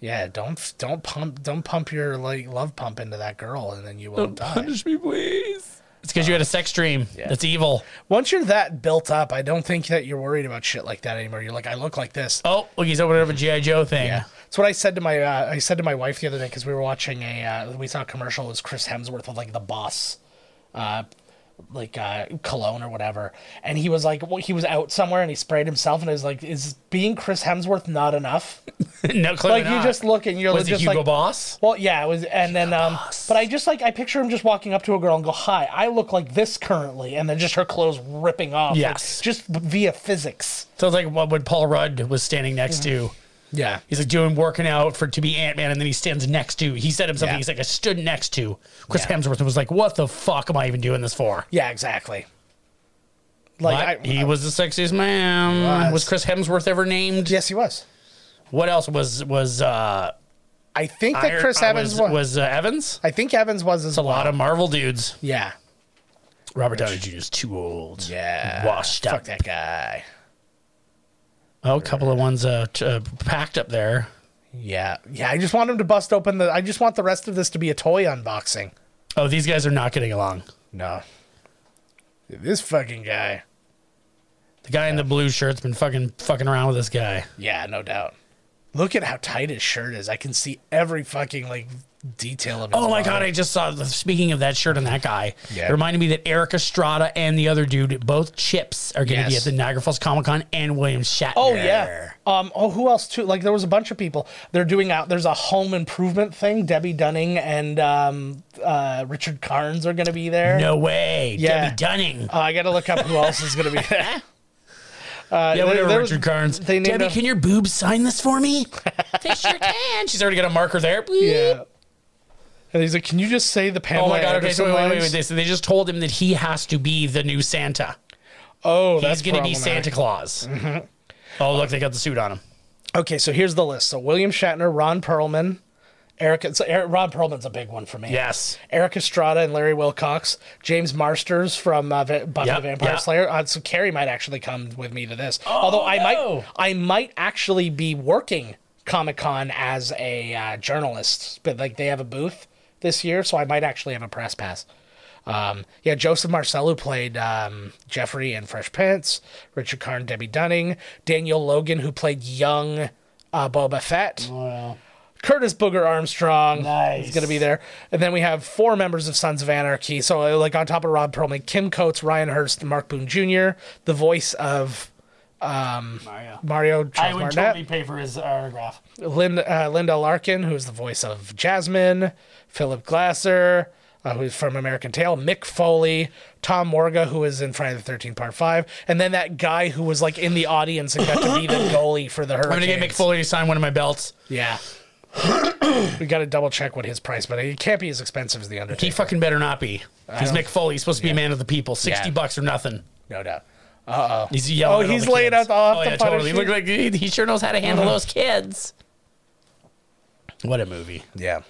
yeah, don't don't pump don't pump your like love pump into that girl, and then you won't die. me, please. It's because you had a sex dream. That's evil. Once you're that built up, I don't think that you're worried about shit like that anymore. You're like, I look like this. Oh, look, he's opening up a GI Joe thing. Yeah, that's what I said to my uh, I said to my wife the other day because we were watching a uh, we saw a commercial it was Chris Hemsworth with like the boss, uh, like uh, cologne or whatever, and he was like well, he was out somewhere and he sprayed himself and I was like, is being Chris Hemsworth not enough? [LAUGHS] no, clearly Like you not. just look and you're was it just Hugo like. Boss? Well, yeah, it was, and then, um, but I just like I picture him just walking up to a girl and go, "Hi, I look like this currently," and then just her clothes ripping off, like, Yes. just via physics. So it's like what when Paul Rudd was standing next to. Mm-hmm. Yeah, He's like doing working out for to be Ant Man, and then he stands next to. He said him something. Yeah. He's like, I stood next to Chris Yeah. Hemsworth, and was like, What the fuck am I even doing this for? yeah, exactly. Like But I, he was the sexiest man. was. Was. Chris Hemsworth ever named? yes, he was. What else was was uh, I think that Iron- Chris uh, Evans was, was, was, uh, Evans? I think Evans was as It's a lot of Marvel dudes. Yeah. Robert Downey Jr. is too old. Yeah. washed Fuck up. that guy. Oh, a couple of ones uh, t- uh, packed up there. Yeah. Yeah. I just want him to bust open the. I just want the rest of this to be a toy unboxing. Oh, these guys are not getting along. No. This fucking guy. The guy in the blue shirt's been fucking fucking around with this guy. Yeah, no doubt. Look at how tight his shirt is. I can see every fucking like detail of his Oh my god, body. I just saw. the- Speaking of that shirt and that guy, Yeah. it reminded me that Eric Estrada and the other dude, both Chips, are going to Yes. be at the Niagara Falls Comic Con and William Shatner. Oh yeah. Um. Oh, who else too? Like there was a bunch of people. They're doing out. There's a home improvement thing. Debbie Dunning and um, uh, Richard Carnes are going to be there. No way. Yeah. Debbie Dunning. Uh, I got to look up who else is going [LAUGHS] to be there. Uh, yeah, there- whatever, there was- Richard Carnes. they named Debbie, a- can your boobs sign this for [LAUGHS] me? they sure [LAUGHS] can. She's already got a marker there. Bleep. Yeah. And he's like, "Can you just say the Pamela Oh my god! Okay, Anderson so wait, wait, wait, lines?" wait. They, so they just told him that he has to be the new Santa. Oh, that's He's going to be problematic. Santa [LAUGHS] Claus. Oh look, they got the suit on him. Okay, so here's the list. So William Shatner, Ron Perlman, Eric. So Eric, Ron Perlman's a big one for me. Yes. Eric Estrada and Larry Wilcox, James Marsters from uh, Va- Buffy Yep, the Vampire yep. Oh, Slayer. Uh, so Carrie might actually come with me to this. Although I no. might, I might actually be working Comic Con as a uh, journalist, but like they have a booth this year, so I might actually have a press pass. Um, yeah, Joseph Marcel, who played um, Jeffrey in Fresh Pants, Richard Karn, Debbie Dunning, Daniel Logan, who played young uh, Boba Fett. Oh, Curtis Booger Armstrong Nice. is going to be there. And then we have four members of Sons of Anarchy. So, uh, like, on top of Rob Perlman, Kim Coates, Ryan Hurst, Mark Boone Jr., the voice of um, Mario. Mario Charles Martinet, pay for his autograph. Linda, uh, Linda Larkin, who is the voice of Jasmine, Philip Glasser, uh, who's from American Tail, Mick Foley, Tom Morga, who is in Friday the 13th Part 5, and then that guy who was, like, in the audience and got to [COUGHS] be the goalie for the Hurricanes. I'm gonna get Mick Foley to sign one of my belts. Yeah. we got to double check what his price, but it can't be as expensive as the Undertaker. He fucking better not be. He's Mick Foley. He's supposed to be a man of the people. Sixty Yeah. bucks or nothing. no doubt. He's yelling. Oh, at all he's the laying kids. out the- off Oh the yeah, photo totally. shoot. [LAUGHS] Look like he, he sure knows how to handle those kids. What a movie. Yeah.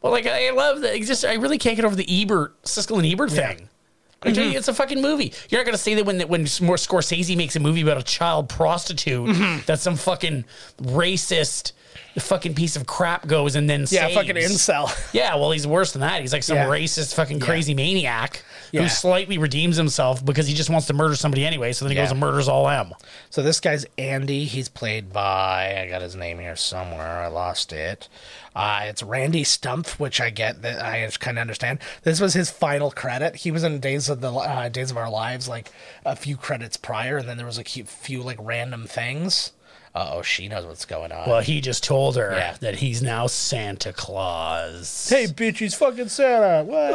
Well, like I love that. Just I really can't get over the Ebert Siskel and Ebert thing. I Mm-hmm. tell you, it's a fucking movie. You're not gonna say that when when more Scorsese makes a movie about a child prostitute Mm-hmm. that's some fucking racist fucking piece of crap goes and then Yeah, saves. fucking incel. Yeah, well, he's worse than that. He's like some Yeah. racist fucking crazy maniac Yeah. who slightly redeems himself because he just wants to murder somebody anyway. So then he Yeah. goes and murders all them. So this guy's Andy. He's played by I got his name here somewhere. I lost it. Uh, it's Randy Stumpf, which I get that I kind of understand. This was his final credit. He was in Days of the uh, Days of Our Lives like a few credits prior, and then there was a few, few like random things. Uh oh, she knows what's going on. Well, he just told her Yeah. that he's now Santa Claus. Hey, bitch, he's fucking Santa. What?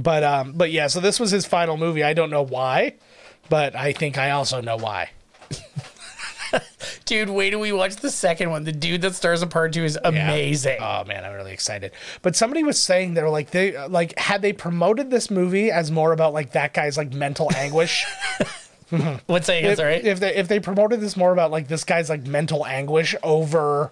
But um, but yeah. So this was his final movie. I don't know why, but I think I also know why. Dude, wait till we watch the second one. The dude that stars in part two is Yeah. amazing. Oh man, I'm really excited. But somebody was saying they're like they like had they promoted this movie as more about like that guy's like mental anguish. What's saying if, it's all right? if they if they promoted this more about like this guy's like mental anguish over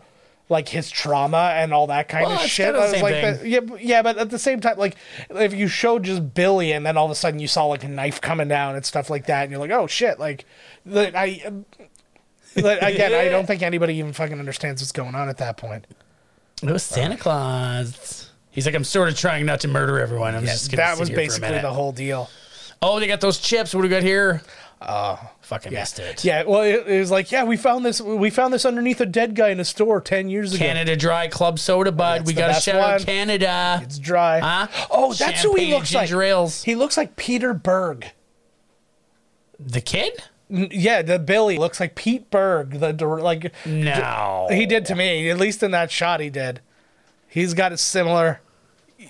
like his trauma and all that kind Well, of it's shit. kinda the I was same like, thing. that- yeah, b- yeah, but at the same time, like if you showed just Billy and then all of a sudden you saw like a knife coming down and stuff like that, and you're like, oh shit, like that I. um, that- again, I don't think anybody even fucking understands what's going on at that point. it was Santa Claus. He's like, I'm sort of trying not to murder everyone. I'm just gonna that sit was here for a basically minute." the whole deal. Oh, they got those chips. What do we got here? Oh, fucking missed it. Uh, Yeah, well, it, it was like, yeah, we found this. We found this underneath a dead guy in a store ten years ago. Canada Dry Club Soda Bud. That's we the got to best shout out one. Canada. It's dry. Huh? Oh, that's who Champagne he and looks like. ginger ales. He looks like Peter Berg. the kid? N- Yeah, the Billy looks like Pete Berg. The dir- like No. he did to me. At least in that shot, he did. He's got a similar.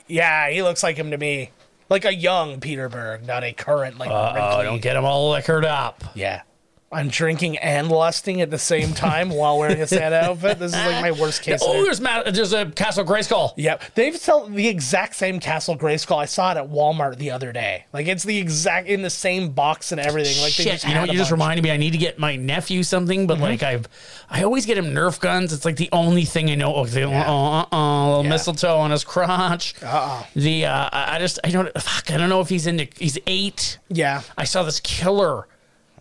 Yeah, he looks like him to me. Like a young Peter Berg, not a current like. Oh, wrinkly- don't get him all liquored up. Yeah. I'm drinking and lusting at the same time while wearing a Santa outfit. This is like my worst case. [LAUGHS] Oh, scenario. there's, Matt, there's a Castle Grayskull. Yep. They've sell the exact same Castle Grayskull. I saw it at Walmart the other day. Like it's the exact in the same box and everything. Like they Shit, just you know, had what? a you just bunch. Mm-hmm. reminded me. I need to get my nephew something, but like I've, I always get him Nerf guns. It's like the only thing I know. Oh, the, uh, uh, uh, little Yeah. mistletoe on his crotch. Uh-uh. The uh, I I just I don't fuck. I don't know if he's into. He's eight. Yeah. I saw this killer.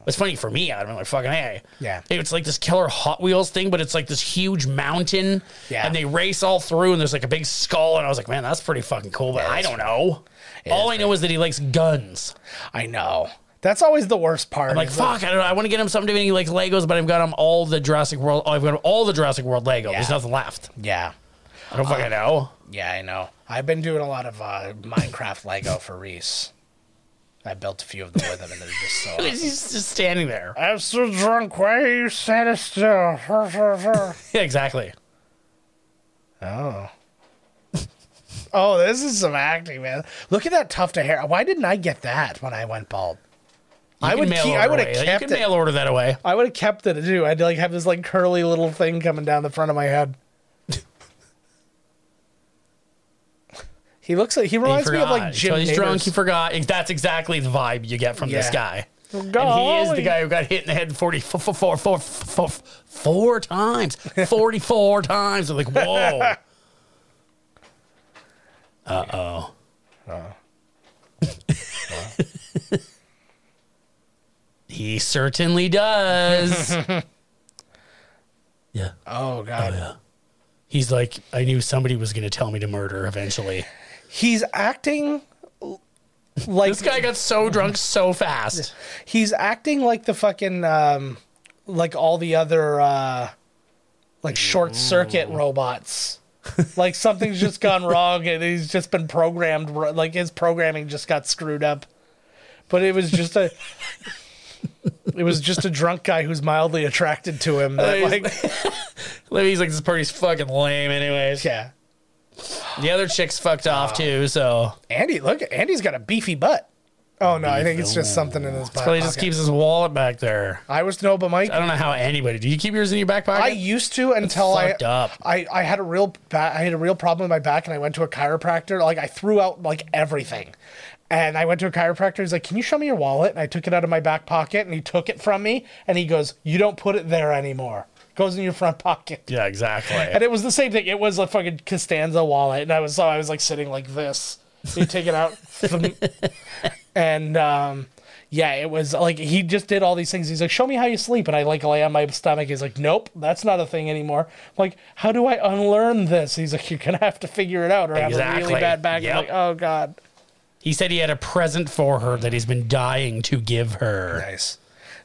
It's funny for me. I'm like fucking hey. Yeah. It's like this killer Hot Wheels thing, but it's like this huge mountain. Yeah. And they race all through, and there's like a big skull, and I was like, man, that's pretty fucking cool. But I don't know. All I know is that he likes guns. I know. That's always the worst part. I'm like, is fuck, I don't know. I want to get him something he likes Legos, but I've got him all the Jurassic World. Oh, I've got him all the Jurassic World Lego. There's Yeah. Uh, nothing left. Yeah. I don't fucking know. [LAUGHS] Yeah, I know. I've been doing a lot of uh, Minecraft Lego for Reese. I built a few of them with him and they're just so [LAUGHS] He's just standing there. [LAUGHS] I'm so drunk. Why are you standing still? [LAUGHS] oh. Yeah, exactly. Oh, this is some acting, man. Look at that tuft of hair. Why didn't I get that when I went bald? You I can would mail keep- I order would've away. kept You it. can mail order that away. I would have kept it too. I'd like have this like curly little thing coming down the front of my head. [LAUGHS] he looks like he He reminds me of forgot. like Jim so he's drunk. Nabors. He forgot. That's exactly the vibe you get from this Yeah. guy. Golly. And he is the guy who got hit in the head 40, four, four, four, four, four, four times. 44 times. I'm like, whoa. [LAUGHS] Uh oh. Uh-huh. He certainly [LAUGHS] does. yeah. Oh god, He's like, I knew somebody was going to tell me to murder eventually. he's acting l- like This guy got so drunk so fast. he's acting like the fucking um, like all the other uh, like short circuit robots. like something's [LAUGHS] just gone wrong and he's just been programmed wr- like his programming just got screwed up. But it was just a it was just a drunk guy who's mildly attracted to him that He's- [LAUGHS] like Libby's like, this party's fucking lame, anyways. yeah. Oh. The other chick's fucked off too, so Andy, look, Andy's got a beefy butt. Oh no, I think it's just something in his butt. Clay just pocket. keeps his wallet back there. I was no, but Mike. I don't know how anybody. Do you keep yours in your back I pocket? used to until I, fucked up. I I had a real ba- I had a real problem with my back and I went to a chiropractor like I threw out like everything. And I went to a chiropractor. He's like, "Can you show me your wallet?" And I took it out of my back pocket, and he took it from me. And he goes, "You don't put it there anymore." goes in your front pocket. Yeah, exactly. And it was the same thing. It was a fucking Costanza wallet, and I was so I was like sitting like this. You take it out, and um, yeah, it was like he just did all these things. He's like, "Show me how you sleep," and I like lay on my stomach. He's like, "Nope, that's not a thing anymore." I'm like, how do I unlearn this? He's like, "You're gonna have to figure it out, or have a Exactly. really bad back." Yep. I'm like, oh god, He said he had a present for her that he's been dying to give her. nice.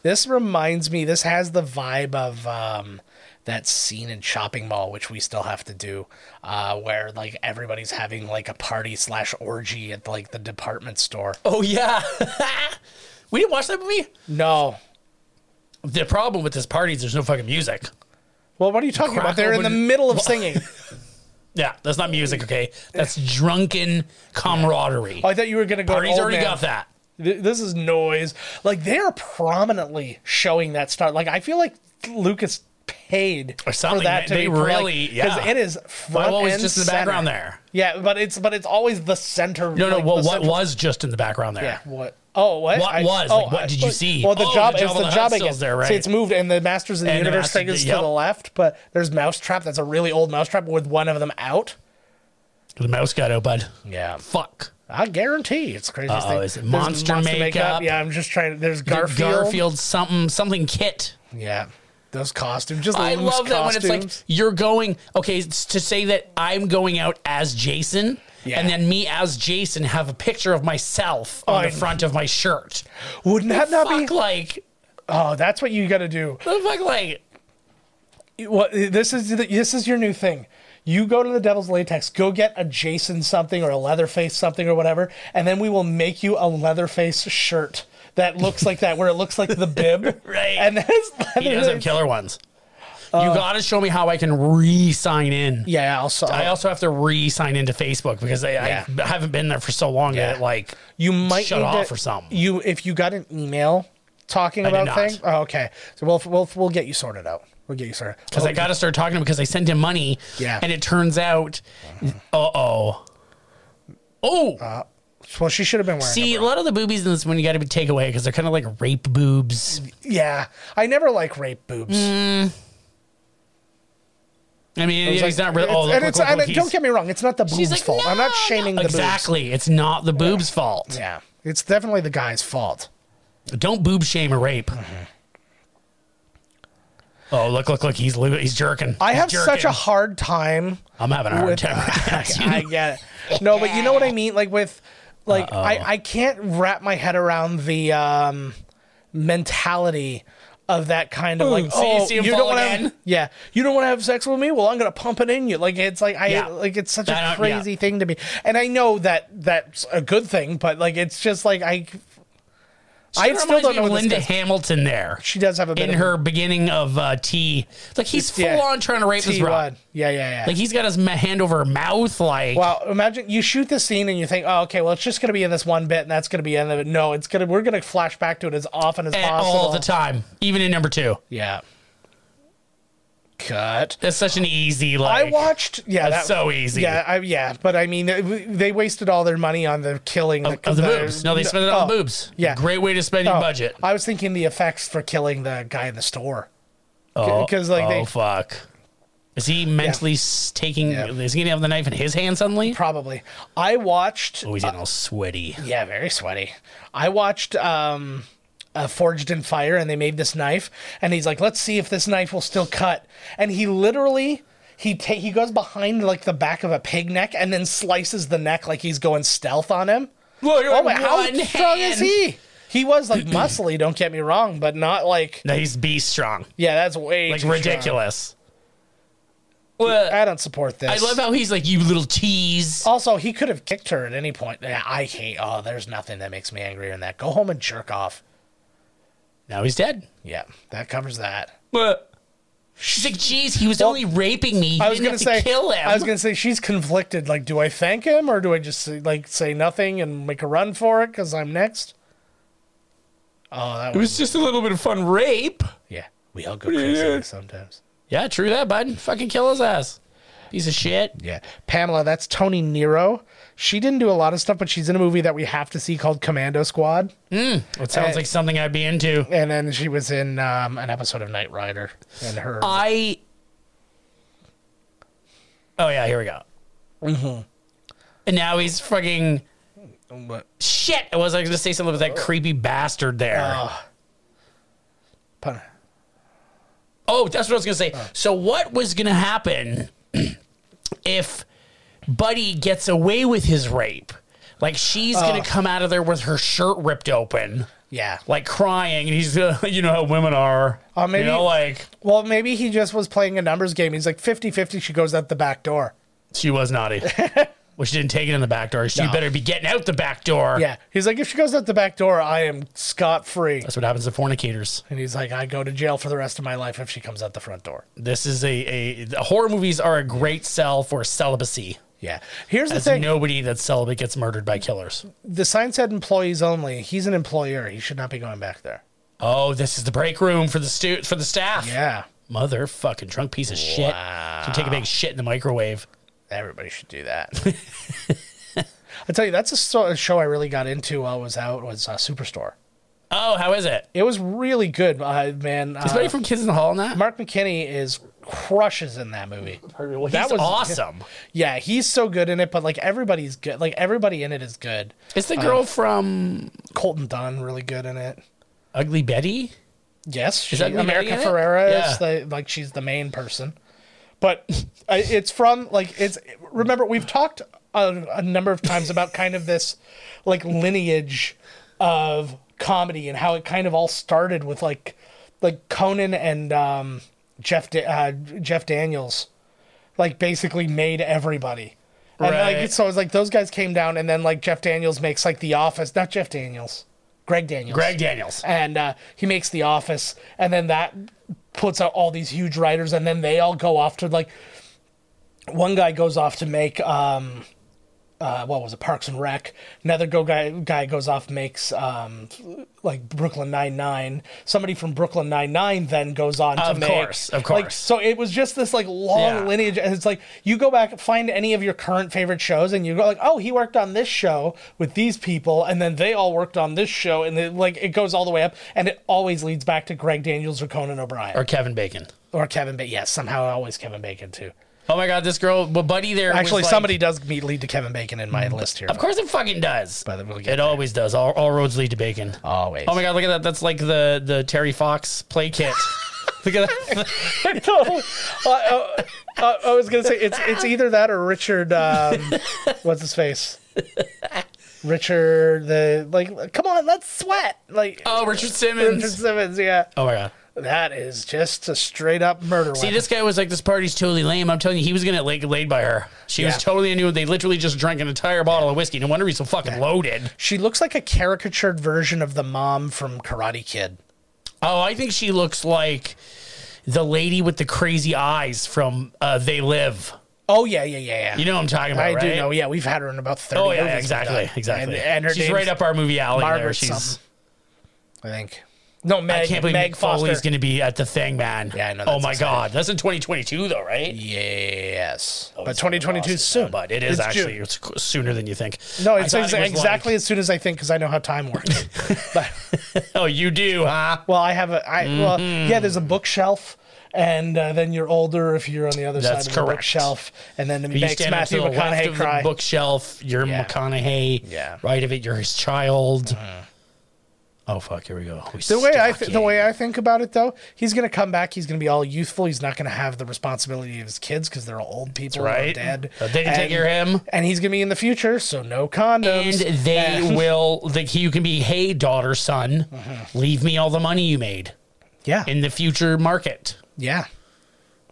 This reminds me. This has the vibe of um, that scene in Shopping Mall, which we still have to do, uh, where like everybody's having like a party slash orgy at like the department store. Oh yeah. [LAUGHS] we didn't watch that movie? No. The problem with this party is there's no fucking music. Well, what are you talking Crack about? They're in the open- middle of singing. Yeah, that's not music, okay? That's drunken camaraderie. Oh, I thought you were going to go. Party's old already man. got that. Th- This is noise. Like they are prominently showing that stuff. Like I feel like Lucas paid Or something. for that to They- be they pro- like- really- 'cause yeah. it is front Well, what was and just in the center. background there? Yeah, but it's but it's always the center. No, no, like, well, the what central- was just in the background there? Yeah, what? Oh, what? What was? Like, what did you I- see? Well, the Oh, job the is Jabba the the job Hutt's again. still there, See, right. it's moved, and the Masters of the And the Universe Masters thing of is the- to the yep. left, but there's Mousetrap. That's a really old Mousetrap with one of them out. The mouse got out, bud. Yeah, Fuck. I guarantee it's crazy. Uh-oh, thing. is it There's monster makeup? Yeah, I'm just trying. There's Garfield. Garfield something something kit. Yeah, those costumes. Just I loose love that when it's like costumes. you're going okay it's to say that I'm going out as Jason Yeah. and then me as Jason have a picture of myself on the front of my shirt. wouldn't that not Fuck be? like Oh, that's what you got to do. fuck like What this is? the- This is your new thing. You go to the Devil's Latex. Go get a Jason something or a Leatherface something or whatever, and then we will make you a Leatherface shirt that looks like that, where it looks like [LAUGHS] the bib. Right. And then it's he does have Leatherface. killer ones. you gotta show me how I can re-sign in. Yeah, also, I also have to re-sign into Facebook because I, Yeah. I haven't been there for so long Yeah. that like you might shut need off to- or something. You if you got an email talking did about not. things. Oh, okay, so we'll we'll we'll get you sorted out. We'll get you sorted. Oh, because I gotta start talking to him because I sent him money. Yeah. And it turns out, uh oh. Oh, Uh, Well, she should have been wearing. see, a a bra. lot of the boobies in this one you got to be take away because they're kind of like rape boobs. yeah, I never like rape boobs. Mm. I mean, It's he's like- not really. Oh, it's- look, and look, it's, look, and look, it- don't he's- get me wrong, it's not the boob's She's like, fault. I'm "No, not shaming no." the boobs. exactly. It's not the boobs' fault. Yeah, it's definitely the guy's fault. Don't boob shame a rape. Mm-hmm. Oh, look, look, look. He's lo- he's jerking. I He's have such a jerking. hard time. I'm having a hard with- time. right now, [LAUGHS] I too. get it. No, but you know what I mean. Like with, like I, I can't wrap my head around the um, mentality of that kind of like Ooh, so you oh Mm, see you, him don't fall want to again? have, yeah you don't want to have sex with me well I'm gonna pump it in you like it's like I Yeah. like it's such I a don't- yeah. crazy thing to me and I know that that's a good thing but like it's just like I [LAUGHS] I It still reminds don't me know of what this Linda guy's- Hamilton there. she does have a bit in of a- her beginning of uh, T. Like he's full Yeah. on trying to rape this T1. broad. Yeah, yeah, yeah. Like he's got his ma- hand over her mouth. Like Wow, imagine you shoot this scene and you think, oh, okay, well, it's just going to be in this one bit and that's going to be in it. No, it's going to, we're going to flash back to it as often as eh, possible. all the time, even in number two. Yeah. Cut. That's such an easy like. I watched, yeah, That's so easy. Yeah, I, yeah, but I mean, it- they wasted all their money on the killing of the boobs. No, they spend it on the boobs. Oh, yeah. great way to spend your oh, budget. I was thinking the effects for killing the guy in the store. Oh, 'cause, like, oh they- fuck. Is he mentally s taking? Yeah. Is he gonna have the knife in his hand suddenly? Probably. I watched Oh, he's getting all sweaty. Yeah, very sweaty. I watched um, uh, Forged in Fire, and they made this knife, and he's like, "Let's see if this knife will still cut." And he literally he ta- he goes behind like the back of a pig neck, and then slices the neck like he's going stealth on him. Look, Oh wait, how strong is he? He was like [CLEARS THROAT] muscly, don't get me wrong, but not like No, he's beast strong. yeah, that's way Like too strong. ridiculous. Well, I don't support this. I love how he's like you little tease. Also, he could have kicked her at any point. Yeah, I hate. Oh, there's nothing that makes me angrier than that. Go home and jerk off. Now he's dead. Yeah, that covers that. What? She's like, geez, he was only raping me. You I was didn't gonna have say to kill him. I was gonna say she's conflicted. Like, do I thank him or do I just say, like say nothing and make a run for it because I'm next? Oh, that it was was just a little bit of fun rape. yeah. We all go crazy sometimes. Yeah, true that, bud. Fucking kill his ass. Piece of shit. Yeah. Pamela, that's Tony Nero. She didn't do a lot of stuff, but she's in a movie that we have to see called Commando Squad. It sounds like something I'd be into. And then she was in um, an episode of Knight Rider and her. Uh, I. Oh yeah, here we go. Mm-hmm. And now he's fucking what? shit. I was I going to say something about that creepy bastard Oh. there. Pun- Oh, that's what I was gonna say. Uh. So what was gonna happen [CLEARS THROAT] if Buddy gets away with his rape? Like she's gonna come out of there with her shirt ripped open, Uh. Yeah. like crying, and he's [LAUGHS] uh, you know how women are. Oh, maybe- you know like Well, maybe he just was playing a numbers game. He's like 50 50. She goes out the back door. she was [LAUGHS] naughty. well, she didn't take it in the back door. She No. better be getting out the back door. Yeah. He's like, if she goes out the back door, I am scot free. that's what happens to fornicators. And he's like, I go to jail for the rest of my life if she comes out the front door. This is a, a the horror movies are a great sell for celibacy. Yeah. Here's the As thing nobody that's celibate gets murdered by killers. the sign said employees only. He's an employer. He should not be going back there. Oh, this is the break room for the stu- for the staff. Yeah. motherfucking drunk piece of shit. Can take a big shit in the microwave. Everybody should do [LAUGHS] that. I tell you, that's a, so- a show I really got into while I was out was uh, Superstore. Oh, how is it? It was really good, uh, man. Is Uh, Buddy from Kids in the Hall now? Mark McKinney is crushes in that movie. that was [LAUGHS] awesome. Yeah, he's so good in it, but like everybody's good. Like everybody in it is good. Is the Uh, girl from Colton Dunn really good in it. Ugly Betty? Yes, she, that Lee America Betty in it? Ferrera Yeah. is the, like she's the main person, but [LAUGHS] I- it's from like it's. Remember, we've talked a, a number of times about kind of this like lineage of comedy and how it kind of all started with like like Conan and um, Jeff da- uh, Jeff Daniels, like basically made everybody. And like Right. so, it's like those guys came down, and then like Jeff Daniels makes like The Office, not Jeff Daniels, Greg Daniels Greg Daniels. and uh, he makes The Office, and then that puts out all these huge writers, and then they all go off to like one guy goes off to make um, uh, what was it Parks and Rec, another go guy guy goes off makes um, like Brooklyn Nine Nine. Somebody from Brooklyn Nine Nine then goes on Of to make course, of like, course. so it was just this like long Yeah. lineage, and it's like you go back find any of your current favorite shows, and you go like, oh, he worked on this show with these people, and then they all worked on this show, and it, like it goes all the way up, and it always leads back to Greg Daniels or Conan O'Brien Or Kevin Bacon. or Kevin Bacon. Yes, somehow always Kevin Bacon too. Oh my god, this girl but Buddy there. was Actually, like- Mm, somebody does meet, lead to Kevin Bacon in my list here. Of course it fucking does. But we'll get Uh, it there. always does. All, all roads lead to bacon. Always. Oh my god, look at that. That's like the the Terry Fox play kit. look at that. [LAUGHS] [LAUGHS] no, I, I- I- I was gonna say it's it's either that or Richard. [LAUGHS] Um, what's his face? Richard the like. Come on, let's sweat. Like Oh, Richard Simmons. Richard Simmons. Yeah, Oh my god. that is just a straight up murder. See, weapon. this guy was like, "This party's totally lame." I'm telling you, he was gonna like laid by her. She Yeah. was totally into it. They literally just drank an entire bottle of whiskey. No wonder he's so fucking loaded. She looks like a caricatured version of the mom from Karate Kid. Oh, I think she looks like the lady with the crazy eyes from uh, They Live. Oh yeah, yeah, yeah, yeah. You know what I'm talking about, I right? do know. Yeah, we've had her in about thirty. Oh yeah, movies we've exactly, done. exactly. And, and her she's name's right up our movie alley. there. Margaret She's. something. I think. No, Meg. I can't believe Meg Mick Foster. Foley's going to be at the thing, man. Yeah, I know, Oh that's my exciting. god, that's in 2022 though, right? Yes, but Oh, It's gonna 2022 is cost soon. but it is It's actually June. it's sooner than you think. No, I it's thought ex- it was exactly as soon as I think because I know how [LAUGHS] time works. but, like- oh, you do, huh? well, I have a I well Mm-hmm. yeah. There's a bookshelf, and uh, then you're older if you're on the other That's side of the correct. bookshelf, and then it You makes stand up to Matthew the left McConaughey of the cry. bookshelf. You're Yeah. McConaughey. Yeah. Right of it, you're his child. Mm-hmm. Oh fuck! Here we go. We The way I th- the way I think about it though, he's gonna come back. He's gonna be all youthful. He's not gonna have the responsibility of his kids because they're all old people, or right. dead. Uh, they can take And- care of him. and he's gonna be in the future, so no and condoms. they [LAUGHS] will. Like you can be, hey daughter, son, leave me all the money you made yeah, in the future market. yeah.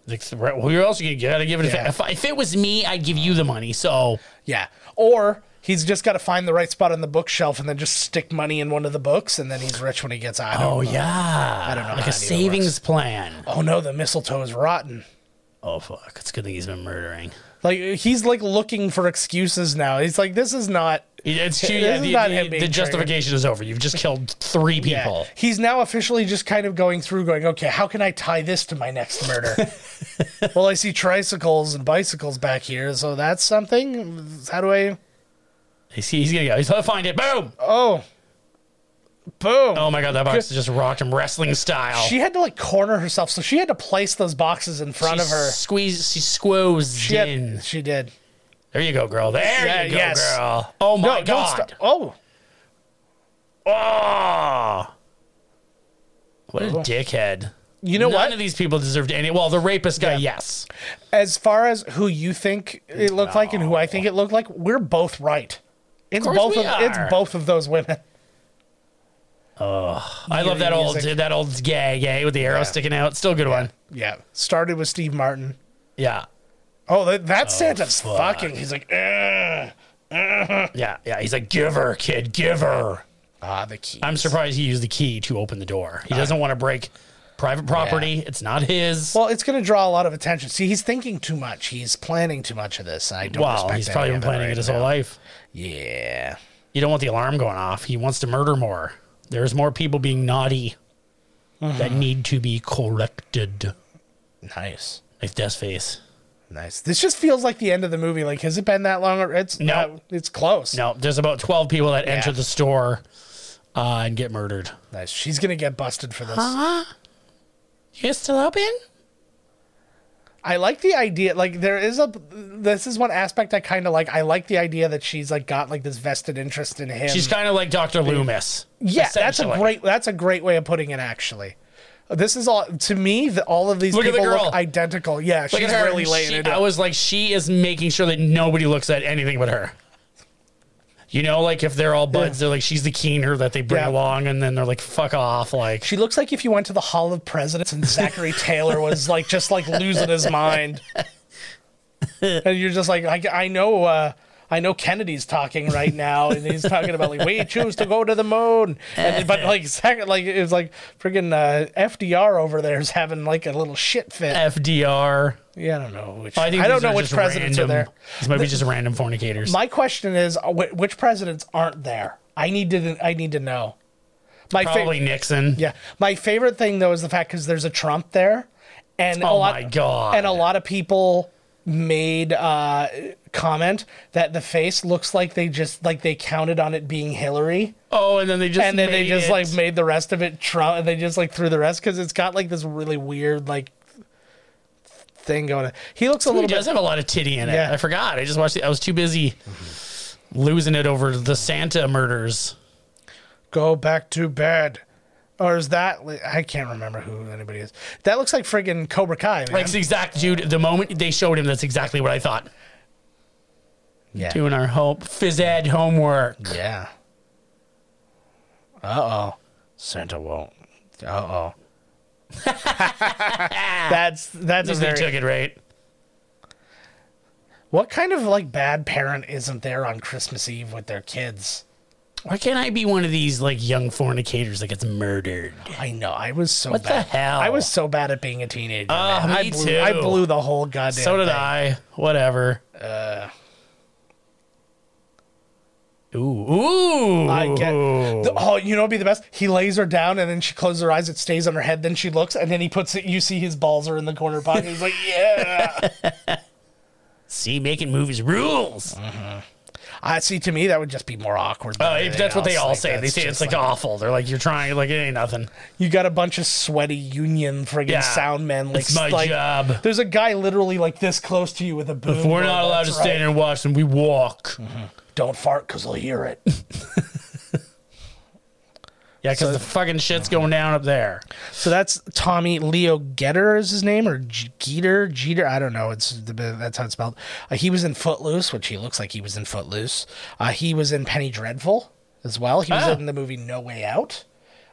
Like, who else you gotta give it? Yeah. If, if it was me, I'd give you the money. So Yeah. Or he's just got to find the right spot on the bookshelf and then just stick money in one of the books and then he's rich when he gets out. Oh yeah, I don't know how like that a even savings works. plan. Oh no, the mistletoe is rotten. Oh fuck, it's a good thing he's been murdering. Like he's like looking for excuses now. He's like this is not It's too, yeah, This is the, not the- him the being triggered. justification is over. You've just killed three people. He's now officially just kind of going through, going, okay, how can I tie this to my next murder? [LAUGHS] well, I see tricycles and bicycles back here, so that's something. How do I? He's, he's gonna go. He's gonna find it. Boom! Oh, boom. Oh my god, that box just rocked him wrestling style. She had to like corner herself, so she had to place those boxes in front of her. Squeeze. She squoze She, had- in. she did. There you go, girl. There Yeah, you go, yes. girl. Oh my don't god. stop. Oh, Oh. What a dickhead. you know None what? of these people deserved any. Well, the rapist guy, yes. as far as who you think it looked like and who I think it looked like, we're both right. It's course both we of it's are. both of those women. [LAUGHS] I love that old music. that old gag, eh, with the arrow sticking out. Still a good one. Yeah, started with Steve Martin. Yeah. Oh, that, that Santa's fuck. fucking. He's like, "Ugh." Yeah. Yeah. He's like, give her, kid, give her. ah, the key. I'm surprised he used the key to open the door. He doesn't want to break private property. It's not his. Well, it's going to draw a lot of attention. See, he's thinking too much. He's planning too much of this. and I don't. Well, respect he's any probably of been planning right it his now. whole life. Yeah. You don't want the alarm going off. He wants to murder more. There's more people being naughty that need to be corrected. Nice. Like Death's face. Nice. This just feels like the end of the movie. Like, has it been that long? Or it's No. not- it's close. No, there's about 12 people that enter the store uh, and get murdered. Nice. She's gonna get busted for this. You guys still open? I like the idea. Like there is a. This is one aspect I kind of like. I like the idea that she's like got like this vested interest in him. She's kind of like Dr. Loomis. yeah, that's a essentially. great. That's a great way of putting it. Actually, this is all to me. The, all of these Look at the people girl. look identical. Yeah, Look she's at her. really laying she, it. I down. was like, she is making sure that nobody looks at anything but her. You know, like if they're all buds, they're like, she's the keener that they bring Yeah. along, and then they're like, fuck off. Like, She looks like if you went to the Hall of Presidents and Zachary Taylor was like just like losing his mind, and you're just like, I, I know, uh, I know Kennedy's talking right now, and he's talking about like we choose to go to the moon, and but like second, like it was like friggin' uh, FDR over there is having like a little shit fit. FDR. Yeah, I don't know which. I, I, think don't these know are which just presidents random, are there. These might be just random fornicators. My question is, uh, wh- which presidents aren't there? I need to, I need to know. My fa- Probably Nixon. Yeah, my favorite thing though is the fact because there's a Trump there, and a Oh lot, my God. and a lot of people made uh, comment that the face looks like they just like they counted on it being Hillary, Oh, and then they just and then they made just it- like made the rest of it Trump, and they just like threw the rest because it's got like this really weird like thing going. on. He looks a He little does bit. have a lot of titty in it. Yeah. I forgot. I just watched it. I was too busy losing it over the Santa murders. Go back to bed. Or is that I can't remember who anybody is. That looks like friggin' Cobra Kai. Man. Like it's the exact dude. The moment they showed him, that's exactly what I thought. Yeah. Doing our hope phys ed homework. Yeah. Uh oh. Santa won't. Uh [LAUGHS] oh. that's that's a They very, took it right. what kind of like bad parent isn't there on Christmas Eve with their kids? Why can't I be one of these like young fornicators that gets murdered? I know. I was so What the bad. hell? Oh, I was so bad at being a teenager. man. me I blew, I too. blew the whole goddamn. so did thing. I. Whatever. Uh. ooh, ooh. I get. the- oh, you know, what'd be the best. He lays her down, and then she closes her eyes. It stays on her head. Then she looks, and then he puts it. You see his balls are in the corner pocket. He's like, [LAUGHS] yeah. See, making movies rules. Mm, I Uh, see. To me, that would just be more awkward. than Uh, anything that's what they else. all Like, say. They that's say it's just like, oh. awful. They're like, you're trying, like, it ain't nothing. you got a bunch of sweaty union friggin' Yeah. sound men. Like, It's my like- job. If There's a guy literally like this close to you with a boom. we're not going, allowed to Mm, "That's stand right. and watch them. We walk. Don't fart because I'll hear it. Yeah, because the fucking shit's going down up there. so that's Tommy Leo Getter is his name or G- Geeter Jeter. I don't know. It's the that's how it's spelled. Uh, he was in Footloose, which he looks like he was in Footloose. Uh, he was in Penny Dreadful as well. He was Ah. in the movie No Way Out.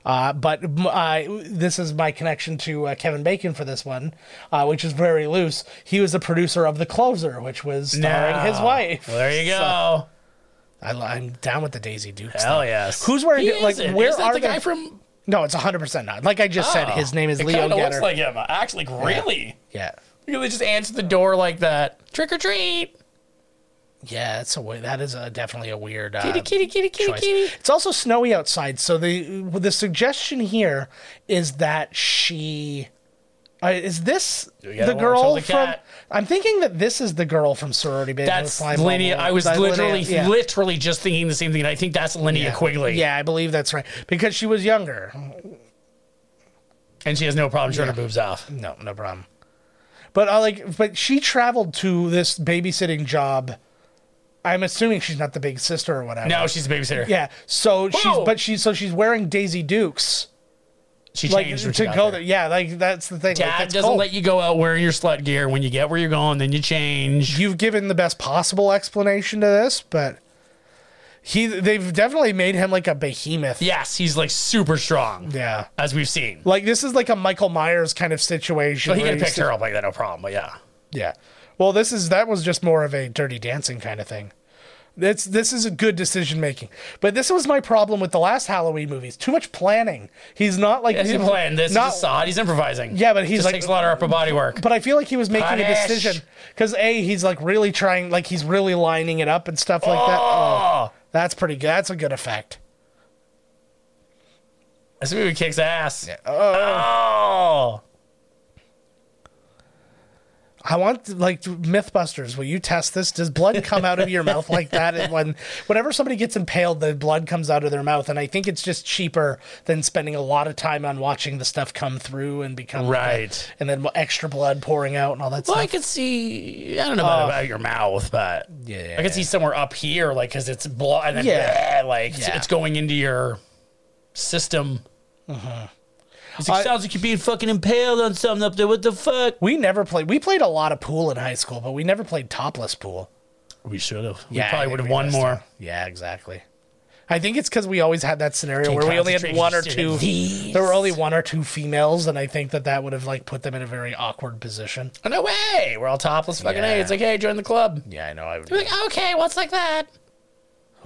Uh, but m- I- this is my connection to uh, Kevin Bacon for this one, uh, which is very loose. He was the producer of The Closer, which was starring his Now. wife. Well, there you So- go. I, am down with the Daisy Dukes. Hell yes. Who's wearing He it? Like, isn't. where Isn't that are the they- guy from? No, it's 100% not. Like I just said, Oh. his name is It Leo kinda Getter. looks like him. Actually, like, really? yeah. You know, they just answer the door like that. Trick or treat. Yeah, it's a we- that is a, definitely a weird. Uh, kitty, kitty, kitty, choice. kitty. It's also snowy outside, so the the suggestion here is that she uh, is this We gotta the warn till girl the from. cat. I'm thinking that this is the girl from sorority Babe. That's Slime Bubble. Linnea. I was That Linnea, literally, yeah. literally just thinking the same thing. and I think that's Linnea Yeah. Quigley. Yeah, I believe that's right because she was younger. And she has no problem showing her boobs off. No, no problem. But I like, but she traveled to this babysitting job. I'm assuming she's not the big sister or whatever. No, she's a babysitter. Yeah. Whoa! So she's, but she's, so she's wearing Daisy Dukes, She like changed when she to got go there. there. Yeah, like that's the thing. like, Dad that's doesn't cold. let you go out wearing your slut gear. When you get where you're going, then you change. You've given the best possible explanation to this, but he, they've definitely made him like a behemoth. Yes, he's like super strong, Yeah. as we've seen. Like this is like a Michael Myers kind of situation. But he where can he's pick her up like that, no problem. But yeah. Yeah. Well, this is that was just more of a dirty dancing kind of thing. That's this is a good decision making. But this was my problem with the last Halloween movies. Too much planning. He's not like He's playing this. not- Not, saw it. He's improvising. Yeah, but he's Just like- takes a lot of upper body work. but I feel like he was making a Punish. decision because a he's like really trying, like he's really lining it up and stuff like that. Oh, that's pretty good. That's a good effect. This movie kicks ass. Oh. I want like MythBusters. Will you test this? Does blood come out of your mouth like that? And when whenever somebody gets impaled, the blood comes out of their mouth. And I think it's just cheaper than spending a lot of time on watching the stuff come through and become like, Oh. Right. and then extra blood pouring out and all that Well, I stuff. could see. I don't know about, about your mouth, but Yeah. I could see somewhere up here, like because it's blood, and then Yeah. bleh, like it's- Yeah. it's going into your system. Uh-huh. It's like, I- sounds like you're being fucking impaled on something up there. What the fuck? We never played. We played a lot of pool in high school, but we never played topless pool. We should have. We Yeah, I probably think would have we won missed more. it. Yeah, exactly. I think it's because we always had that scenario Can't where we only had concentrate, one or just do two. these. There were only one or two females, and I think that that would have like put them in a very awkward position. Oh, no way. We're all topless. Fucking Yeah. a. It's like, hey, join the club. Yeah, I know. I would. We're like, okay, what's like that?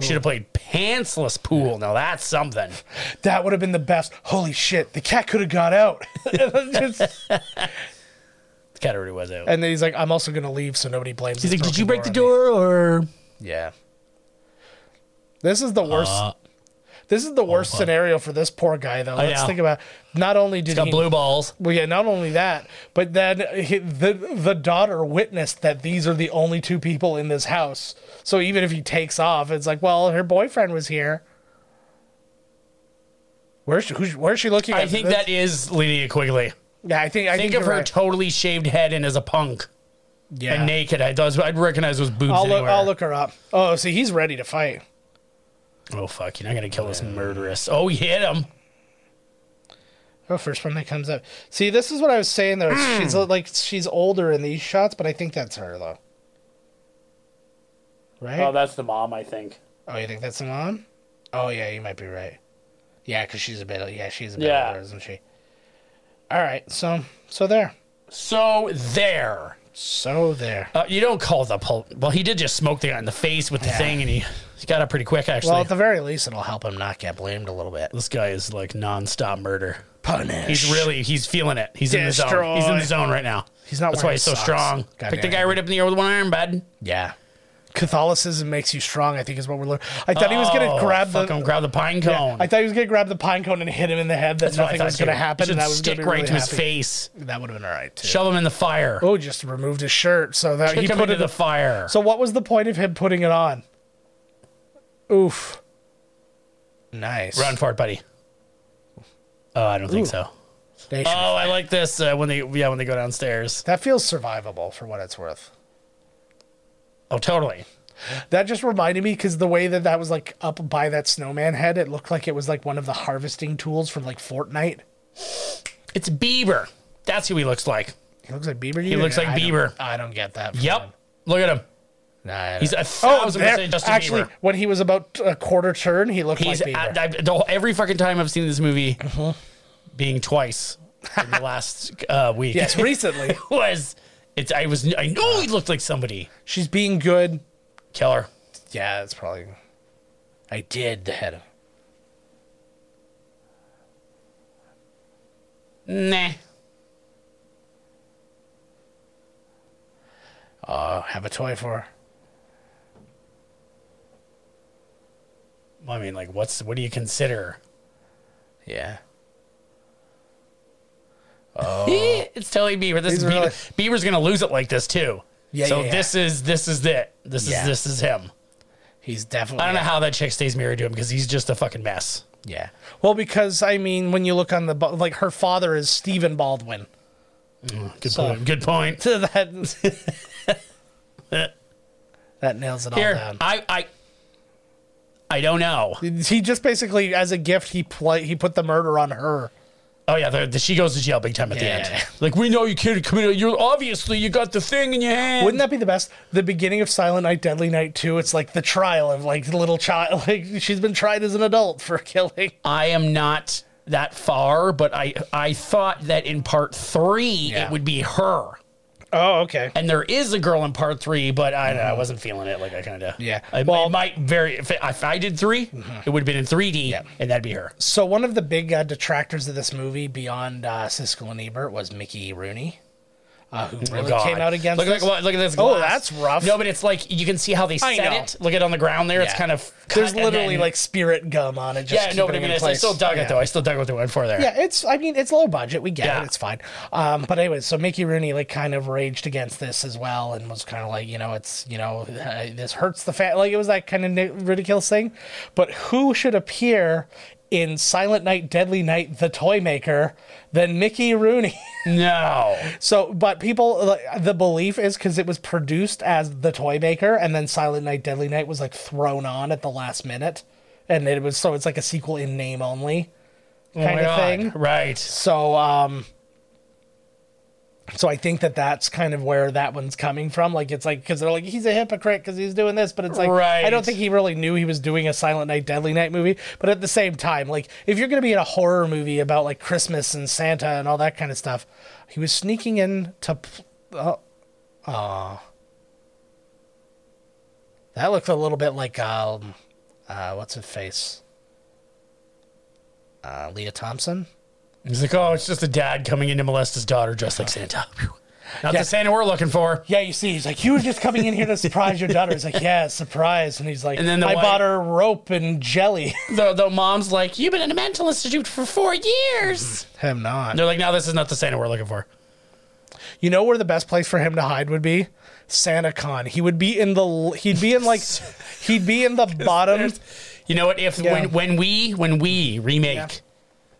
We should have played pantsless pool. Now that's something. That would have been the best. Holy shit, the cat could have [LAUGHS] got out. [LAUGHS] and The cat already was out. then he's like, I'm also going to leave so nobody blames He's this like, did you break the broken door or? on me." Yeah. This is the worst. Uh, this is the worst scenario for this poor guy, though. Let's know. think about not only did Got he. blue balls. well, yeah, not only that, but then he, the the daughter witnessed that these are the only two people in this house. So even if he takes off, it's like, well, her boyfriend was here. Where's she, who's, where's she looking? I at? think This- that is Linnea Quigley. Yeah, I think I Think, think, of you're her right. totally shaved head and as a punk yeah. and naked. I those I'd recognize those boobs I'll look, anywhere. I'll look her up. Oh, see, he's ready to fight. Oh fuck! You're not gonna kill this murderess. Oh, he hit him. Oh, first one that comes up. See, this is what I was saying though. She's Hmm. like she's older in these shots, but I think that's her though. Right? Oh, that's the mom, I think. you think that's the mom? Oh yeah, you might be right. Yeah, because she's a bit. Yeah, she's a bit Yeah. older, isn't she? All right, so so there, So there. so there. Uh, you don't call the pol- well. He did just smoke the guy in the face with the thing, and he, he got up pretty quick. Actually, Well, at the very least, it'll help him not get blamed a little bit. this guy is like nonstop murder. Punish. He's really he's feeling it. He's in the zone. He's in Destroy. the zone right now. He's not That's wearing why he's so socks. strong. God Pick the damn. guy right up in the air with one arm, bud. Yeah. Catholicism makes you strong. I think is what we're learning. I thought he was gonna Oh, grab fuck the him, grab the pine cone. I thought he was gonna grab the pine cone and hit him in the head. That That's what I nothing thought, was gonna too. happen. Should And that was stick gonna be right really to his happy. face. That would have been all right too. Shove him in the fire. oh, just removed his shirt so that Kick he him put into the it. fire. so what was the point of him putting it on? Oof. Nice. Run for it, buddy. Oh, I don't think so. They should- Oh, I like this uh, when they yeah when they go downstairs. That feels survivable for what it's worth. Oh, totally. That just reminded me because the way that that was like up by that snowman head, it looked like it was like one of the harvesting tools from like Fortnite. It's Bieber. That's who he looks like. He looks like Bieber. He looks like Bieber. I don't get that. from him. Yep. Look at him. Nah, I don't- He's a thousand percent Justin Oh, actually, Bieber. when he was about a quarter turn, he looked He's like Bieber. Mm-hmm. I, I, the whole- every fucking time I've seen this movie, being twice in [LAUGHS] the last uh, week. [LAUGHS] yes, recently was it's I was I knew he looked like somebody. she's being good. Killer. Yeah, that's probably. I did the head. Nah. Oh, have a toy for. her. I mean, like, what's what do you consider? Yeah. it's totally Beaver. This These is are Beaver. Uh, really- Beaver's gonna lose it like this too. Yeah, So yeah, yeah. this is this is it. This Yeah. is this is him. He's definitely. I don't know how that chick stays married to him because he's just a fucking mess. Yeah. Well, because I mean, when you look on the bu- like, her father is Stephen Baldwin. [LAUGHS] Good point. Good point. So that that nails it all Here, down. I I I don't know. He just basically, as a gift, he play he put the murder on her. Oh yeah, the, the, she goes to jail big time at Yeah. the end. Like we know you kid committed. You're obviously you got the thing in your hand. Wouldn't that be the best? The beginning of Silent Night, Deadly Night Two. It's like the trial of like the little child. [LAUGHS] Like she's been tried as an adult for [LAUGHS] killing. I am not that far, but I I thought that in part three Yeah. it would be her. Oh, okay. And there is a girl in part three, but I don't know, I wasn't feeling it. Like I kind of Mm-hmm. Yeah. I, Well- Mm-hmm. it might vary. If, I- if I did 3 it would have been in three D, Yeah. and that'd be her. So one of the big uh, detractors of this movie, beyond uh, Siskel and Ebert, was Mickey Rooney, uh, who really God. came out against. Look, this. look, look, look at this. Oh, glass. that's rough. No, but it's like you can see how they I set know. it. Look at it on the ground there. It's Yeah. kind of cut There's and literally then- like spirit gum on it. Just yeah. No, but I keeping it mean, in it's, I place. still dug yeah. it though. I still dug what they went for there. Yeah, it's. I mean, it's low budget. We get Yeah. it. It's fine. Um, but anyway, so Mickey Rooney like kind of raged against this as well, and was kind of like, you know, it's you know, uh, this hurts the fat. Like it was that kind of ni- ridiculous thing. But who should appear in Silent Night, Deadly Night, The Toy Maker than Mickey Rooney? No. Oh So, but people, like, the belief is because it was produced as the Toy Maker, and then Silent Night, Deadly Night was like thrown on at the last minute, and it was so it's like a sequel in name only Oh my kind of God. thing. Right. So, um, so I think that that's kind of where that one's coming from. Like, it's like because they're like he's a hypocrite because he's doing this, but it's like I Right. don't think he really knew he was doing a Silent Night, Deadly Night movie. But at the same time, like if you're gonna be in a horror movie about like Christmas and Santa and all that kind of stuff, he was sneaking in to. p- Oh, aw. that looks a little bit like um, uh, what's her face? Uh, Leah Thompson. He's like, oh, it's just a dad coming in to molest his daughter dressed like Santa. Phew. Not Yeah. the Santa we're looking for. Yeah, you see, he's like, you were just coming in here to surprise your daughter. He's like, yeah, surprise. And he's like, And then the I wife- bought her rope and jelly. Though, though, mom's like, you've been in a mental institute for four years. [LAUGHS] Him not. They're like, no, this is not the Santa we're looking for. You know where the best place for him to hide would be? SantaCon. He would be in the. He'd be in [LAUGHS] like. he'd be in the bottom. You know what? If Yeah. when when we when we remake Yeah.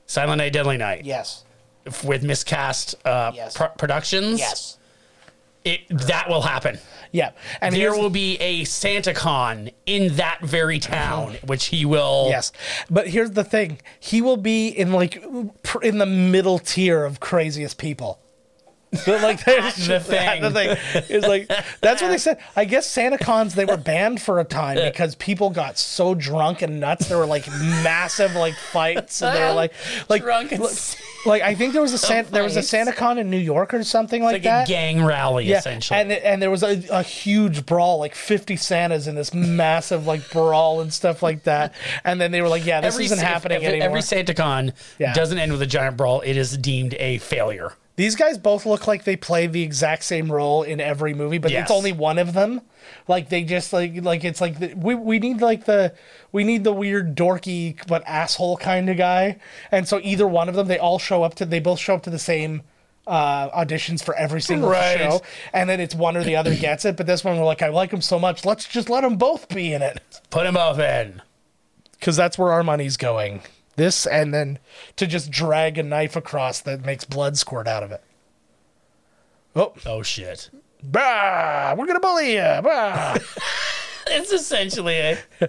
Silent Night Deadly Night Yes. f- with miscast uh, Yes. pro- productions, it that will happen. Yeah. And there here's- will be a SantaCon in that very town, [LAUGHS] which he will. Yes, but here's the thing: he will be in like pr- in the middle tier of craziest people. But [LAUGHS] like there's The thing. the thing is like that's what they said. I guess SantaCons they were banned for a time because people got so drunk and nuts. There were like massive like fights and they were like like Drunk and like, s- like, I think [LAUGHS] there was a San- there was a fights. SantaCon in New York or something like, like that. a gang rally Yeah, essentially. and and there was a, a huge brawl, like fifty Santas in this massive like brawl and stuff like that. And then they were like, "Yeah, this isn't Sa- happening every, anymore." Every SantaCon Yeah. doesn't end with a giant brawl. It is deemed a failure. These guys both look like they play the exact same role in every movie, but Yes. it's only one of them. Like they just like like it's like the, we we need like the we need the weird dorky but asshole kind of guy. And so either one of them, they all show up to they both show up to the same. Uh, auditions for every single Right. show, and then it's one or the other gets it. But this one, we're like, I like them so much, let's just let them both be in it. Put them both in. because that's where our money's going. This and then to just drag a knife across that makes blood squirt out of it. Oh, Oh shit! bah, we're gonna bully you. Bah. It's essentially a. [LAUGHS]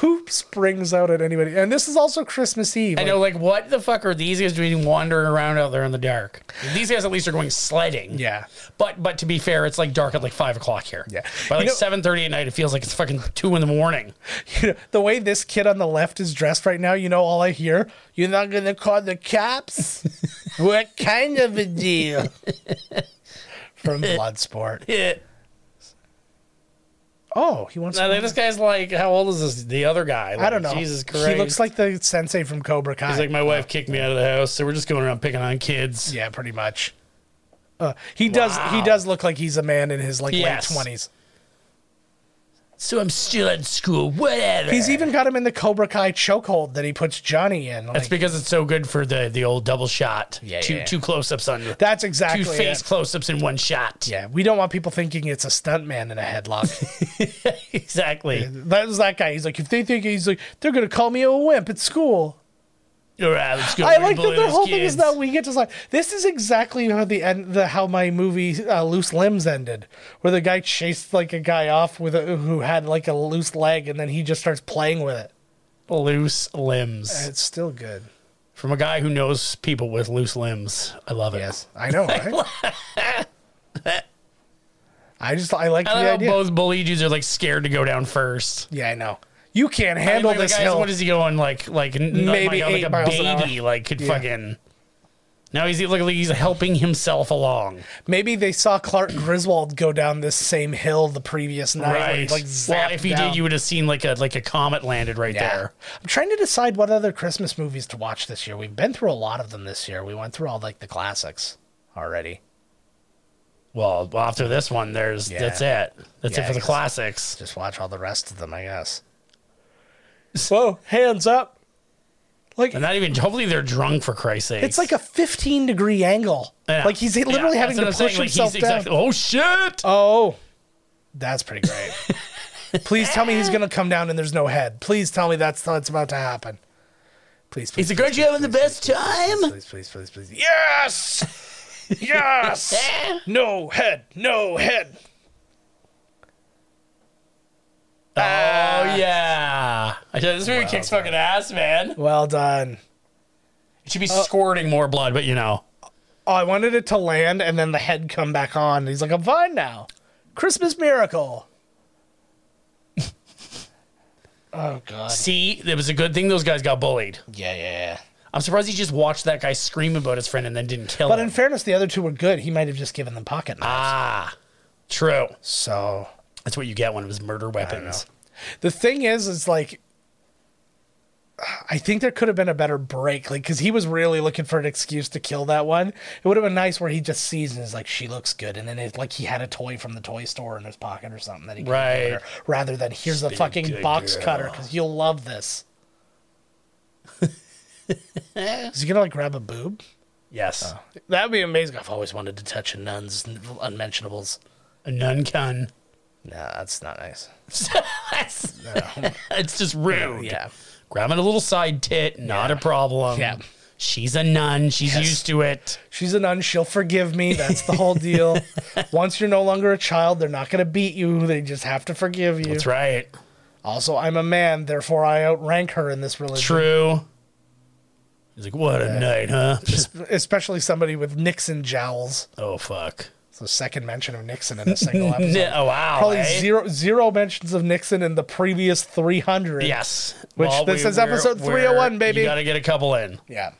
Who springs out at anybody? And this is also Christmas Eve. I like- know, like, what the fuck are these guys doing wandering around out there in the dark? These guys at least are going sledding. Yeah. [LAUGHS] But but to be fair, it's like dark at like five o'clock here. Yeah. By You like know- seven thirty at night, it feels like it's fucking two in the morning. You know, the way this kid on the left is dressed right now, you know, all I hear, you're not gonna call the [LAUGHS] cops? what kind of a deal? [LAUGHS] From Bloodsport. Yeah. Oh, he wants Now, this guy's like, how old is this? The other guy. I don't know. Jesus Christ. He looks like the sensei from Cobra Kai. He's like, my wife kicked me out of the house, so we're just going around picking on kids. Yeah, pretty much. Uh, he does. He Wow. does look like he's a man in his like Yes. late twenties. So I'm still at school. Whatever. He's even got him in the Cobra Kai chokehold that he puts Johnny in. Like, That's because it's so good for the the old double shot. Yeah, two yeah, yeah. two close ups on you. that's two exactly face it. close ups in one shot. Yeah, we don't want people thinking it's a stuntman in a headlock. [LAUGHS] exactly. that was that guy. He's like, if they think he's like, they're gonna call me a wimp at school. All right, let's go. I We like bully that the those whole thing kids. is that we get to like this is exactly how the end the how my movie uh, Loose Limbs ended, where the guy chased like a guy off with a, who had like a loose leg, and then he just starts playing with it. loose limbs It's still good. from a guy who knows people with loose limbs. I love it. Yes, [LAUGHS] I know. Right? I just I like I love the how idea. both bully dudes are like scared to go down first. Yeah, I know. You can't handle like, the this guy's- hill. What is he going like? Like n- not Maybe my- like eight a miles an hour. baby. Like could Yeah. fucking. Now he's like he's helping himself along. Maybe they saw Clark Griswold go down this same hill the previous night. when he, Right. like well, zapped if he down. did, you would have seen like a like a comet landed right Yeah. there. I'm trying to decide what other Christmas movies to watch this year. We've been through a lot of them this year. We went through all like the classics already. Well, after this one, there's Yeah. that's it. That's Yeah, it for the I guess. classics. Just watch all the rest of them, I guess. Whoa, hands up. Like And not even hopefully they're drunk for Christ's sake. it's like a 15 degree angle. Yeah. Like he's Yeah, that's literally having to what I'm push saying, like, he's himself down. exactly- oh shit! Oh, that's pretty great. please tell me he's gonna come down and there's no head. Please tell me that's that's about to happen. Please, please, Is the girl you having the best please, time? please, please, please, please. Yes, [LAUGHS] yes. no head, no head. Oh yeah! I tell you, this movie kicks fucking ass, man. Well done. It should be squirting more blood, but you know. Oh, I wanted it to land and then the head come back on. He's like, I'm fine now. Christmas miracle. [LAUGHS] oh God. See, it was a good thing those guys got bullied. Yeah, yeah, yeah. I'm surprised he just watched that guy scream about his friend and then didn't kill But him. in fairness, the other two were good. He might have just given them pocket knives. ah, true. So That's what you get one of his murder weapons. the thing is is like i think there could have been a better break like because he was really looking for an excuse to kill that one it would have been nice where he just sees and is like she looks good and then it's like he had a toy from the toy store in his pocket or something that he could have given Right. her, rather than here's a been a fucking good box girl. cutter because you'll love [LAUGHS] this is he gonna like grab a boob Yes. that would be amazing i've always wanted to touch a nun's unmentionables A nun [LAUGHS] cun. nah that's not nice That's- [LAUGHS] it's just rude. yeah Grabbing a little side tit, not a problem. Yeah. She's a nun. She's Yes. used to it. She's a nun. She'll forgive me. That's the [LAUGHS] whole deal. Once you're no longer a child, they're not going to beat you. They just have to forgive you. That's right. Also, I'm a man, therefore I outrank her in this religion. True. He's like, what a night, [LAUGHS] huh? Especially somebody with Nixon jowls. oh, fuck. It's the second mention of Nixon in [LAUGHS] a single episode. N- oh, wow. Probably eh? zero zero mentions of Nixon in the previous 300. Yes. Which this is episode 301, baby. You got to get a couple in. Yeah.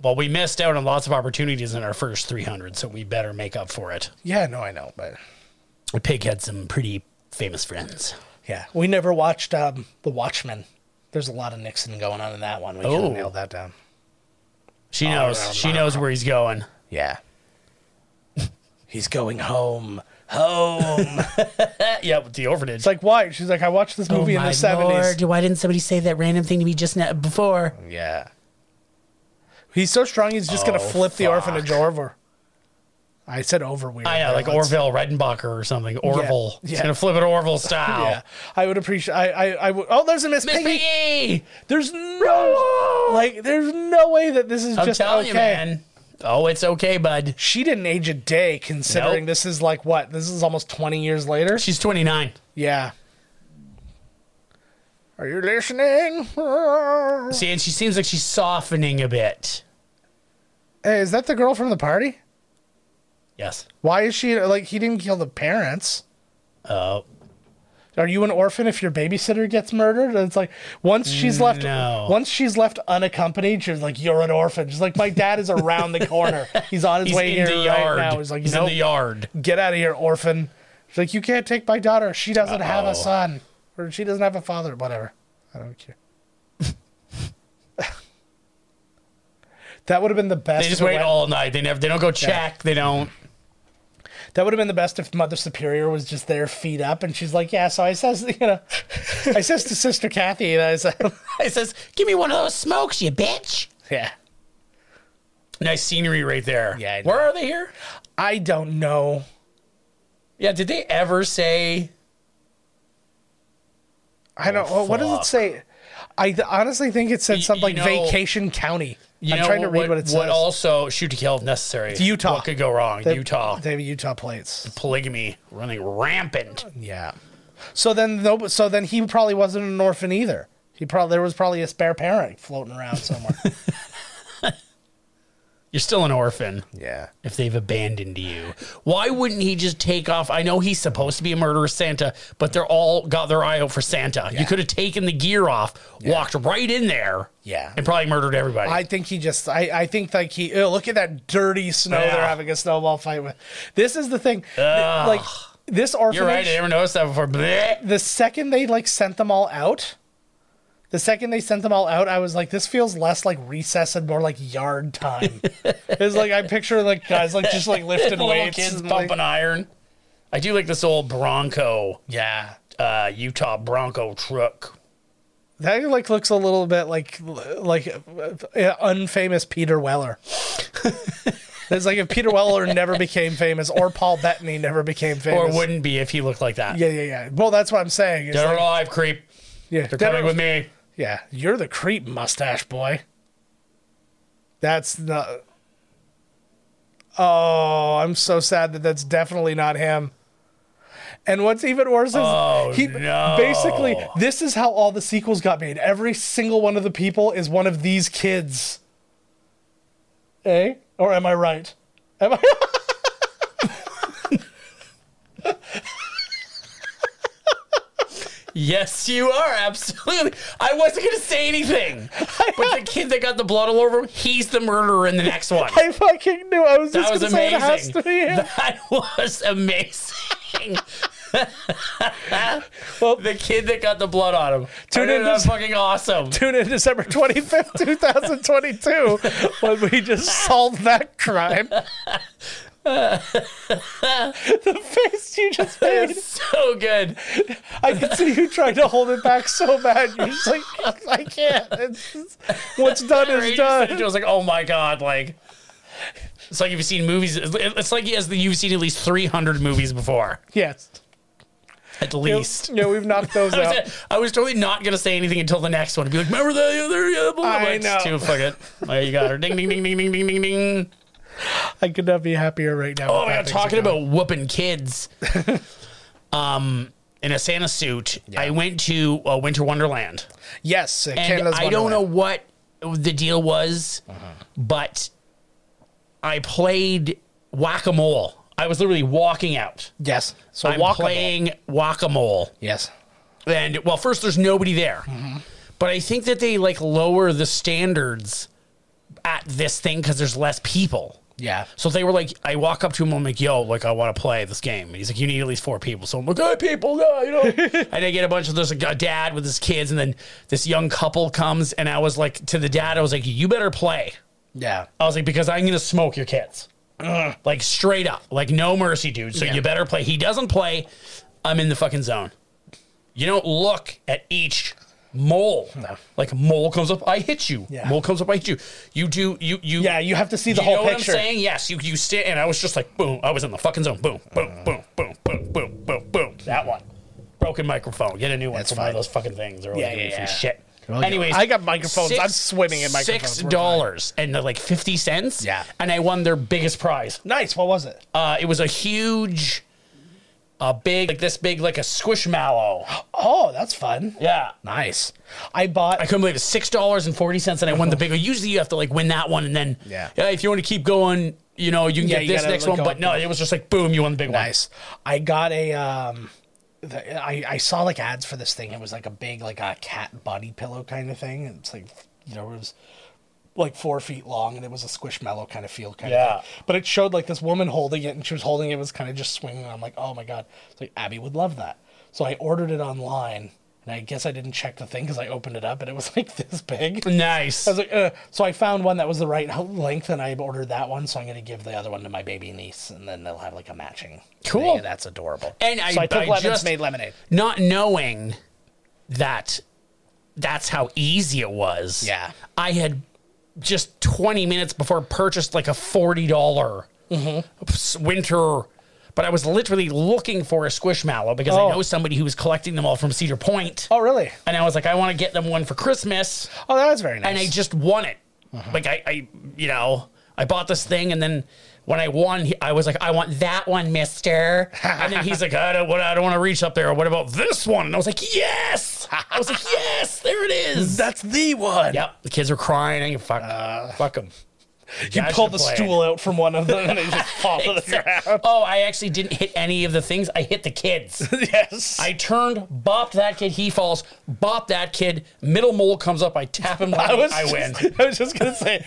Well, we missed out on lots of opportunities in our first 300, so we better make up for it. Yeah, no, I know, but The pig had some pretty famous friends. yeah. We never watched um, The Watchmen. There's a lot of Nixon going on in that one. We could Oh. have nailed that down. She Oh, knows. she knows where he's going. Yeah. [LAUGHS] He's going home. Home. Yeah, with the orphanage. it's like, why? She's like, I watched this movie Oh in the 70s. why didn't somebody say that random thing to me just now, before? Yeah. He's so strong, he's just going to Oh, flip the fuck. orphanage over. I said over weird. I know, there Oh, like once. Orville Redenbacher or something. Orville. He's yeah. gonna flip it Orville style. Yeah. I would appreciate I, I, I would. Oh, there's a Miss Miss Piggy. Piggy! There's no. Like, there's no way that this is I'm just telling okay. you, man. Oh, it's okay, bud. She didn't age a day considering Nope. this is like what? This is almost 20 years later. She's 29. Yeah. Are you listening? See, and she seems like she's softening a bit. Hey, is that the girl from the party? Yes. Why is she like he didn't kill the parents? Oh, Are you an orphan if your babysitter gets murdered? And it's like once she's left No. once she's left unaccompanied, she's like, You're an orphan. She's like, My dad is around the [LAUGHS] corner. He's on his he's in way here the right yard. now. He's like, he's in the "Nope, yard. get out of here, orphan. She's like, You can't take my daughter. She doesn't have Uh-oh. a son. Or she doesn't have a father. Whatever. I don't care. [LAUGHS] that would have been the best. They just if it wait went- all night. They never. They don't go check. They don't. That would have been the best if Mother Superior was just there, feet up, and she's like, "Yeah." So I says, [LAUGHS] you know, I says to Sister Kathy, and I [LAUGHS] said, I says, "Give me one of those smokes, you [LAUGHS] bitch." "Yeah, Nice scenery right there. Yeah, I know. Where are they here? I don't know." Yeah. Did they ever say? I don't. Oh, what does fuck. it say? I th- honestly think it said Y- something like you know- Vacation County. You I'm know trying to read what, it says. What also shoot to kill if necessary? Utah. What could go wrong? They- [LAUGHS] Utah. They have Utah plates. Polygamy running rampant. Yeah. So then, though, so then he probably wasn't an orphan either. He probably there was probably a spare parent floating around somewhere. You're still an orphan. yeah. if they've abandoned you. Why wouldn't he just take off? I know he's supposed to be a murderous Santa, but they're all got their eye out for Santa. You could have taken the gear off, walked right in there, Yeah. and probably murdered everybody. I think he just. I, I think like he. ew, look at that dirty snow Yeah. they're having a snowball fight with. This is the thing. Th- Like this orphanage. You're right. I never noticed that before. [LAUGHS] Bleh. the second they like sent them all out, the second they sent them all out, I was like, this feels less like recess and more like [LAUGHS] yard time. it's like I picture like guys like just like lifting Little weights, kids and, like- pumping iron. I do like this old Bronco, yeah, uh, Utah Bronco truck. that like looks a little bit like like uh, unfamous Peter Weller. [LAUGHS] it's like if Peter Weller never became famous, or Paul Bettany never became Or famous, wouldn't be if he looked like that. Yeah, yeah, yeah. Well, that's what I'm saying. It's Dead or like- alive, creep. yeah, They're Dead or- coming with me. Yeah, you're the creep mustache boy. That's not. Oh, I'm so sad that that's definitely not him. And what's even worse is Oh, no. basically this is how all the sequels got made. Every single one of the people is one of these kids. Eh? Or am I right? Am I Yes, you are absolutely. I wasn't going to say [LAUGHS] anything, but the kid that got the blood all over him, he's the murderer in the next [LAUGHS] one. I fucking knew. I was That just was gonna say it has amazing. to be him. [LAUGHS] That was amazing. [LAUGHS] Well- the kid that got the blood on him. Tune Tune in, in that's to- fucking [LAUGHS] awesome. tune in [LAUGHS] December 25th, 2022, when we just solved that crime. the face you just made. It's so good. I could see you trying to hold it back so bad. You're just like, I can't. It's just- what's done Right? is It done. was like, oh my god, like. It's like you've seen movies. It's like as you've seen at least 300 movies before. Yes. At least. Yeah, we've knocked those [LAUGHS] I was, out. I was totally not gonna say anything until the next one. Be like, remember the other yeah, blah, blah, I blah." It's know. Too, fuck it. Well, you got her. Ding ding ding ding ding ding ding ding. I could not be happier right now. Oh with my how god, things talking are going. about whooping [LAUGHS] kids. um, in a Santa suit, I went to uh, Winter Wonderland, yes, uh, and Canada's I don't know Wonderland. Uh-huh. what the deal was, but I played whack a mole. I was literally walking out. Yes, so I'm walkable. playing whack a mole. Yes, and well first there's nobody there Mm-hmm. but i think that they like lower the standards at this thing because there's less people yeah, so they were like i walk up to him i'm like yo like i want to play this game and he's like you need at least four people so i'm like hey people no, [LAUGHS] you know and i get a bunch of there's like, a dad with his kids and then this young couple comes and i was like to the dad i was like you better play yeah. i was like because i'm gonna smoke your kids like straight up like no mercy dude so you better play he doesn't play i'm in the fucking zone you don't look at each mole like mole comes up i hit you Yeah. mole comes up i hit you you do you you Yeah, you have to see the you whole know picture. what i'm saying yes you you stand and i was just like boom i was in the fucking zone boom boom Mm. boom boom boom boom boom boom that one broken microphone get a new one That's from one of fine. those fucking things or Yeah, yeah, yeah, yeah. shit Well, yeah. Anyways, I got microphones. I'm swimming in microphones. Six We're fine. dollars and they're like fifty cents. Yeah. and I won their biggest prize. Nice. What was it? Uh, it was a huge, a big like this big like a [GASPS] squishmallow. Oh, that's fun. Yeah, Nice. I bought. I couldn't believe it. Six dollars and forty cents, and I [LAUGHS] won the big one. Usually, you have to like win that one, and then Yeah. if you want to keep going, you know, you can Yeah, get you this gotta next like one. go But up no, it was just like boom, you won the big one. nice. I got a. Um, the, I I saw like ads for this thing. It was like a big like a cat body pillow kind of thing. It's like you know it was like four feet long and it was a squishmallow kind of feel kind Yeah. of thing. But it showed like this woman holding it and she was holding it, it was kind of just swinging. I'm like, oh my god! It's like Abby would love that. So I ordered it online. and And I guess I didn't check the thing because I opened it up and it was [LAUGHS] like this big. I Nice. was like, uh. so I found one that was the right [LAUGHS] length and I ordered that one. So I'm going to give the other one to my baby niece and then they'll have like a matching. Cool. thing. That's adorable. And I- so I took I lemons, just- made lemonade. Not knowing that that's how easy it was. Yeah. I had just 20 minutes before purchased like a $40 dollar Mm-hmm. s- winter. But I was literally looking for a squishmallow because Oh. I know somebody who was collecting them all from Cedar Point. Oh, really? And I was like, I want to get them one for Christmas. Oh, that was very nice. and I just won it. Uh-huh. Like I, I, you know, I bought this thing, and then when I won, he- I was like, I want that one, Mister. and then he's like, I don't, what, I don't want to reach up there. What about this one? And I was like, yes. I was like, yes, there it [LAUGHS] is. That's the one. yep. The kids were crying. I fuck, Uh, fuck [LAUGHS] them. You Guys pulled were the playing. stool out from one of them and it [LAUGHS] just popped to the ground. Oh, I actually didn't hit any of the things. I hit the [LAUGHS] kids. yes. I turned, bopped that kid. He falls. Bopped that kid. Middle mole comes up. I tap him. [LAUGHS] I, I win. just- I was just gonna say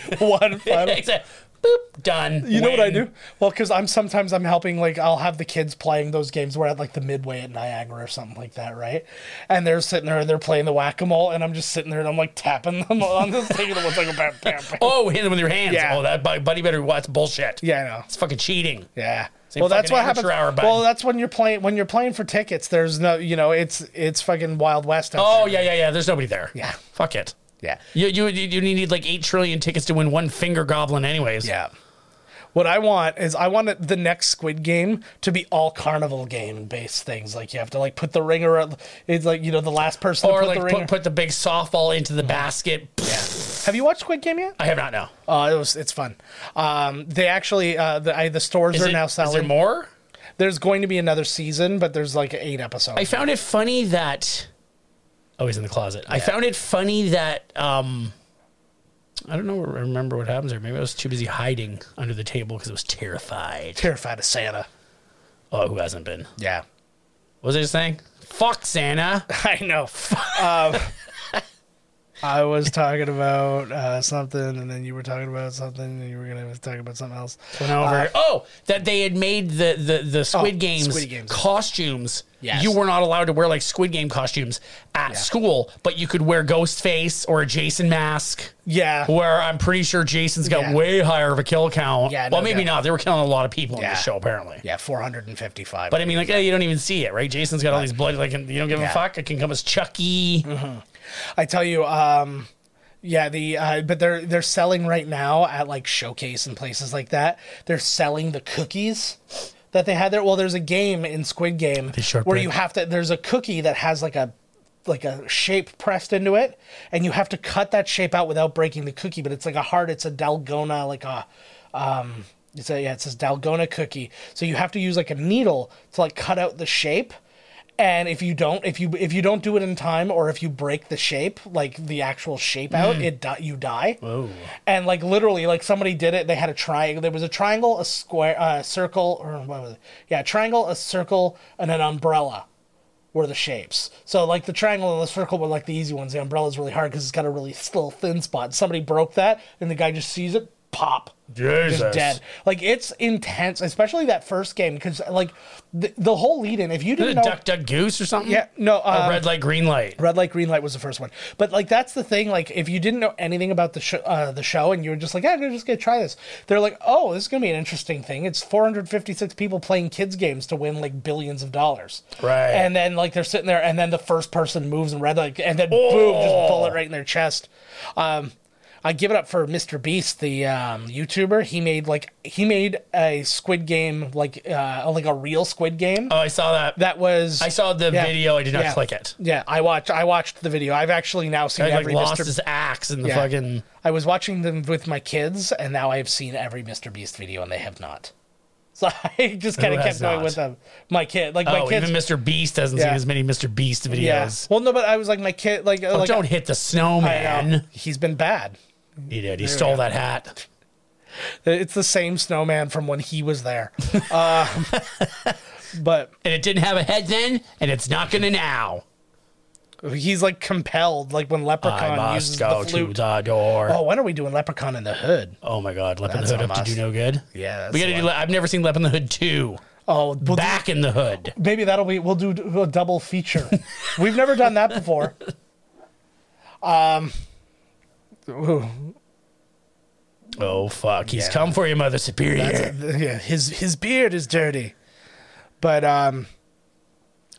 [LAUGHS] one final. Except, boop, done. You know what I Win. do? Well, because I'm sometimes I'm helping. Like I'll have the kids playing those games. We're at like the midway at Niagara or something like that, right? And they're sitting there and they're playing the whack a mole, and I'm just sitting there and I'm like tapping [LAUGHS] them on this thing, and it was like a bam, bam, bam. Oh, hit him with your hands. Yeah. Oh, that bu- buddy better watch bullshit. Yeah, I know. It's fucking cheating. Yeah. Same well, that's fucking what happens. amateur hour button. well, that's when you're playing when you're playing for tickets. There's no, you know, it's it's fucking Wild West. out Oh, there. yeah, yeah, yeah. There's nobody there. Yeah. Fuck it. yeah. You, you, you need like 8 trillion tickets to win one finger goblin, anyways. Yeah. What I want is I want it- the next Squid Game to be all carnival game based things. Like you have to like put the ringer. up- It's like you know the last person Or to put like the Mm-hmm. put, ringer. put the big softball into the basket. have you watched Squid Game yet? I have not now. Oh, it was it's fun. Um, they actually uh, the I, the stores Is, are it- now is there selling. more? There's going to be another season, but there's like eight episodes. I found it funny that. Oh, he's in the closet. I found it funny that. um I don't know. I remember what happens there. Maybe I was too busy hiding under the table because I was terrified. [LAUGHS] Terrified of Santa. Oh, who hasn't been? Yeah, What was I just saying? Fuck Santa. [LAUGHS] I know. um, I was talking about uh, something, and then you were talking about something, and you were gonna talk about something else. Uh, Over. oh, that they had made the the, the Squid, Oh, Games Squid Games. costumes. Yes. You were not allowed to wear like Squid Game costumes at school, but you could wear Ghostface or a Jason mask. Yeah. Where I'm pretty sure Jason's got Yeah. way higher of a kill count. Yeah, well, no maybe doubt. not. They were killing a lot of people in Yeah. the show, apparently. Yeah, 455. But I mean, like, eh, you don't even see it, right? Jason's got all these bloody, like, and you don't give Yeah. Mm-hmm. a fuck. It can come as Chucky. I tell you, um, yeah, the uh, but they're they're selling right now at like Showcase and places like that. They're selling the cookies that they had there. Well, there's a game in Squid Game where shortbread. you have to. There's a cookie that has like a like a shape pressed into it, and you have to cut that shape out without breaking the cookie. But it's like a heart. It's a dalgona, like a um, it's a yeah, it says dalgona cookie. So you have to use like a needle to like cut out the shape. And if you don't, if you if you don't do it in time, or if you break the shape, like the actual shape out, it di- you die. Whoa. And like literally, like somebody did it. They had a triangle. There was a triangle, a square, a circle, or what was it? Yeah, a triangle, a circle, and an umbrella were the shapes. So like the triangle and the circle were like the easy ones. The umbrella's really hard because it's got a really little thin spot. Somebody broke that, and the guy just sees it pop Jesus. just dead. Like it's intense, especially that first game because like the, the whole lead in. If you Is it didn't know, Duck, Duck, Goose or something? yeah, no, Or uh, red light, green light. Red light, green light was the first one, but like that's the thing. Like if you didn't know anything about the show, uh, the show, and you were just like, "Yeah, I'm just gonna try this," they're like, "Oh, this is gonna be an interesting thing." It's 456 people playing kids games to win like billions of dollars, Right. And then like they're sitting there, and then the first person moves and red light, and then boom, Oh. just bullet right in their chest. Um, I give it up for Mr. Beast, the um, YouTuber. He made like he made a Squid Game, like uh, like a real Squid Game. Oh, I saw that. That was I saw the yeah. video. I did not Yeah. click it. Yeah, I watched. I watched the video. I've actually now seen I like every lost Mr. his axe in the Yeah. fucking. I was watching them with my kids, and now I've seen every Mr. Beast video, and they have not. [LAUGHS] So I just kind of has kept going not? with them. My kid, like my Oh, kids. even Mr. Beast hasn't Yeah. seen as many Mr. Beast videos. yeah. Well, no, but I was like my kid, like, Oh, like don't hit the snowman. He's been bad. He did. He stole that hat. It's the same snowman from when he [LAUGHS] was there. um, but And it didn't have a head then, and it's not going to now. he's like compelled, like when I Leprechaun must uses go the to flute. the door. Oh, Oh, when are we doing Leprechaun in the Hood? my God. Lep in the That's Hood a up to must. do no good. Yeah, Oh, that's We got to the do. one. Le- I've never seen Lep in the Hood 2. Oh, we'll do- Back in the hood. maybe that'll be we'll do d- a double [LAUGHS] feature. We've never done that before. Um, ooh, Oh fuck, he's come for you, Mother Superior. [LAUGHS] yeah, his his beard is dirty, but um,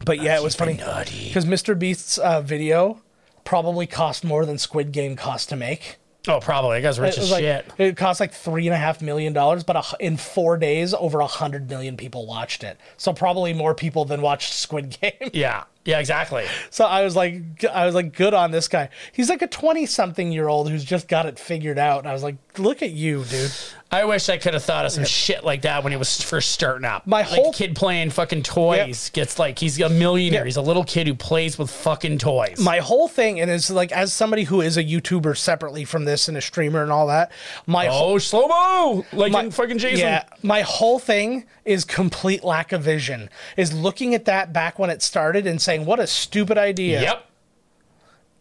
but yeah, it was funny Naughty. because Mr. Beast's uh, video probably cost more than Squid Game cost to make. Oh, probably. That guy's rich It as was like shit. it cost like three and a half million dollars, but a h in four days, over a hundred million people watched it. So probably more people than watched Squid [LAUGHS] Game. Yeah. Yeah, exactly. So I was like, I was like, good on this guy. He's like a twenty-something-year-old who's just got it figured out. And I was like, look at you, dude. I wish I could have thought of some shit like that when he was first starting up. My Like, whole- kid playing fucking toys gets like he's a millionaire. Yep. He's a little kid who plays with fucking toys. My whole thing, and it's like, as somebody who is a YouTuber separately from this and a streamer and all that, my whole oh, slow mo, like my, in fucking Jason. Yeah, my whole thing is complete lack of vision. Is looking at that back when it started and saying, "What a stupid idea!" Yep.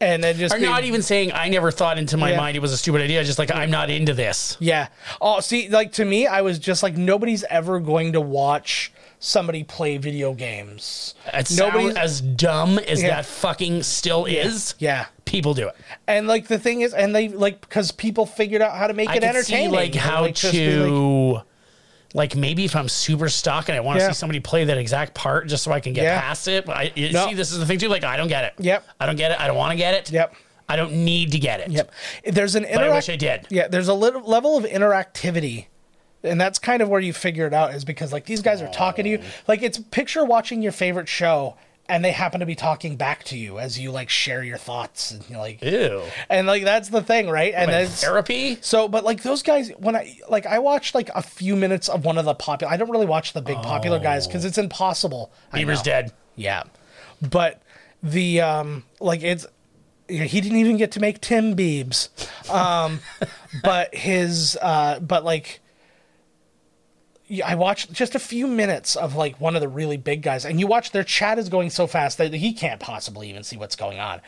and then just Or being- not even saying I never thought into my Yeah. mind it was a stupid idea. Just like I'm not into this. Yeah. Oh, see, like to me, I was just like, nobody's ever going to watch somebody play video games. It Nobody's- sounds as dumb as Yeah. that fucking still is. Yeah. People do it. And like the thing is, and they like because people figured out how to make I it can entertaining. see like and, how just be, like- to, like, maybe if I'm super stuck and I want to Yeah. see somebody play that exact part just so I can get Yeah. past it. I you No. see this is the thing too. Like I don't get it. Yep. I don't get it. I don't want to get it. Yep. I don't need to get it. Yep. There's an But I interact- wish I did. Yeah, there's a little level of interactivity. And that's kind of where you figure it out is because like these guys are talking to you. Like it's picture watching your favorite show and they happen to be talking back to you as you like share your thoughts and you know, like Ew. and like that's the thing, right? And Like, that's therapy. So, but like those guys, when I like, I watched like a few minutes of one of the popular. I don't really watch the big popular guys because it's impossible. I Bieber's know. dead. Yeah, but the um, like it's he didn't even get to make Tim Biebs, um, [LAUGHS] but his uh, but like. yeah, I watched just a few minutes of like one of the really big guys, and you watch their chat is going so fast that he can't possibly even see what's going on,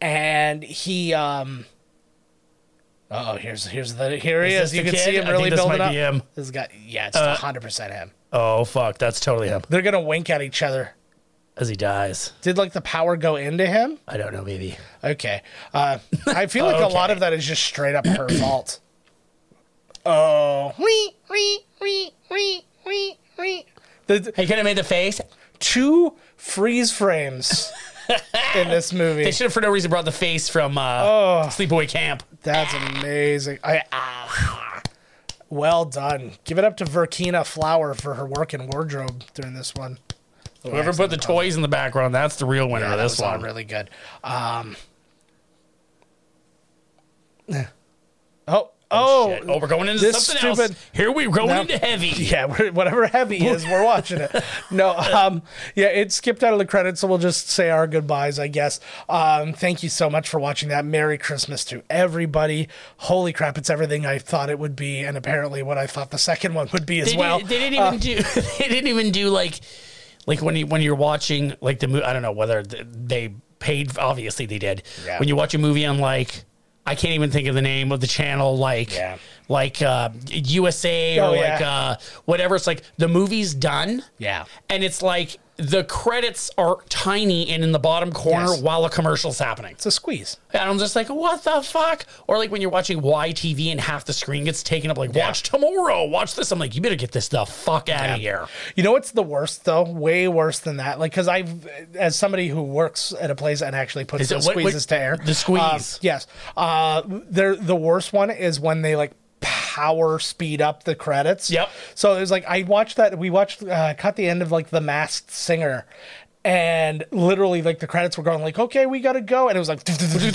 and he um, oh here's here's the here he Is is, this you the can see kid? him I really think this building might up. be him. Uh, This guy, yeah, it's hundred percent him. Oh fuck, that's totally him. They're gonna wink at each other. As he dies, Did like the power go into him? I don't know. Maybe. Okay. Uh, I feel like a lot of that is just straight up her fault. Oh. Wee, wee, wee, wee, wee, wee. The, the- He could have made the face. two freeze frames in this movie. They should have, for no reason, brought the face from uh, Sleepaway Camp. That's amazing. I, ah. Well done. Give it up to Verkina Flower for her work in wardrobe during this one. Whoever put the toys in the background, that's the real winner of that this was all one. really good. Um, eh. oh, oh, Shit. Oh, we're going into this something stupid- else. Here we go No. into [LAUGHS] heavy. yeah, we're, whatever heavy is, we're watching it. No, um, yeah, it skipped out of the credits, so we'll just say our goodbyes, I guess. Um, thank you so much for watching that. Merry Christmas to everybody. Holy crap, it's everything I thought it would be, and apparently what I thought the second one would be as They well. uh, didn't- they didn't even do. [LAUGHS] They didn't even do like, like when you when you're watching like the movie. I don't know whether th- they paid. Obviously, they did. Yeah. When you watch a movie on like. I can't even think of the name of the channel, like Yeah. like uh, USA Oh, or yeah. like uh, whatever. It's like the movie's done, Yeah. and it's like the credits are tiny and in the bottom corner Yes. while a commercial's happening. It's a squeeze. And I'm just like, what the fuck? Or like when you're watching YTV and half the screen gets taken up, like, Yeah. watch tomorrow, watch this. I'm like, you better get this the fuck out of here. You know what's the worst though? Way worse than that. Like, because I've, as somebody who works at a place and actually puts Is the it- what- what- squeezes to air, the squeeze. um, yes. Uh, they're, the worst one is when they like power speed up the credits. Yep. So it was like I watched that. We watched uh, cut the end of like The Masked Singer. And literally, like the credits were going, like, okay, we gotta go, and it was like, [LAUGHS]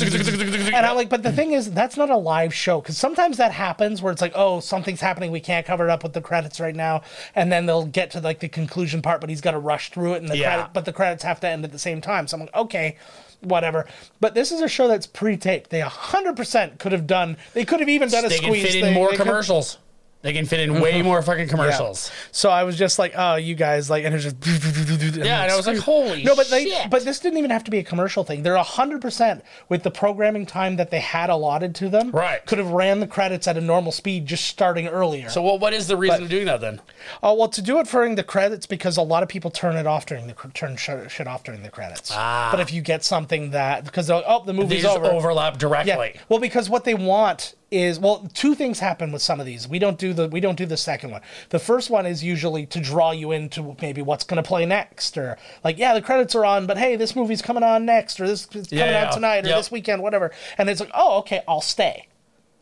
and I'm like, but the thing is, that's not a live show because sometimes that happens where it's like, oh, something's happening, we can't cover it up with the credits right now, and then they'll get to like the conclusion part, but he's got to rush through it, and the Yeah. credit, but the credits have to end at the same time. So I'm like, okay, whatever. But this is a show that's pre-taped. They 100 percent could have done. They could have even done They a can squeeze. fit in thing. more They could- commercials. They can fit in way more fucking commercials. So I was just like, oh, you guys like, and it was just [LAUGHS] Yeah, and I was like, holy no, but they shit. but this didn't even have to be a commercial thing. They're hundred percent with the programming time that they had allotted to them. Right. could have ran the credits at a normal speed, just starting earlier. so what, what is the reason of doing that then? Oh well, to do it during the credits because a lot of people turn it off during the cr- turn sh- shit off during the credits. Ah. But if you get something that because they're like, oh the They movie's just over. overlap Yeah. directly. Well, because what they want is well, two things happen with some of these. We don't do the we don't do the second one. The first one is usually to draw you into maybe what's going to play next, or like yeah, the credits are on, but hey, this movie's coming on next, or this is coming Yeah, yeah. on tonight, or Yep. this weekend, whatever. And it's like oh, okay, I'll stay.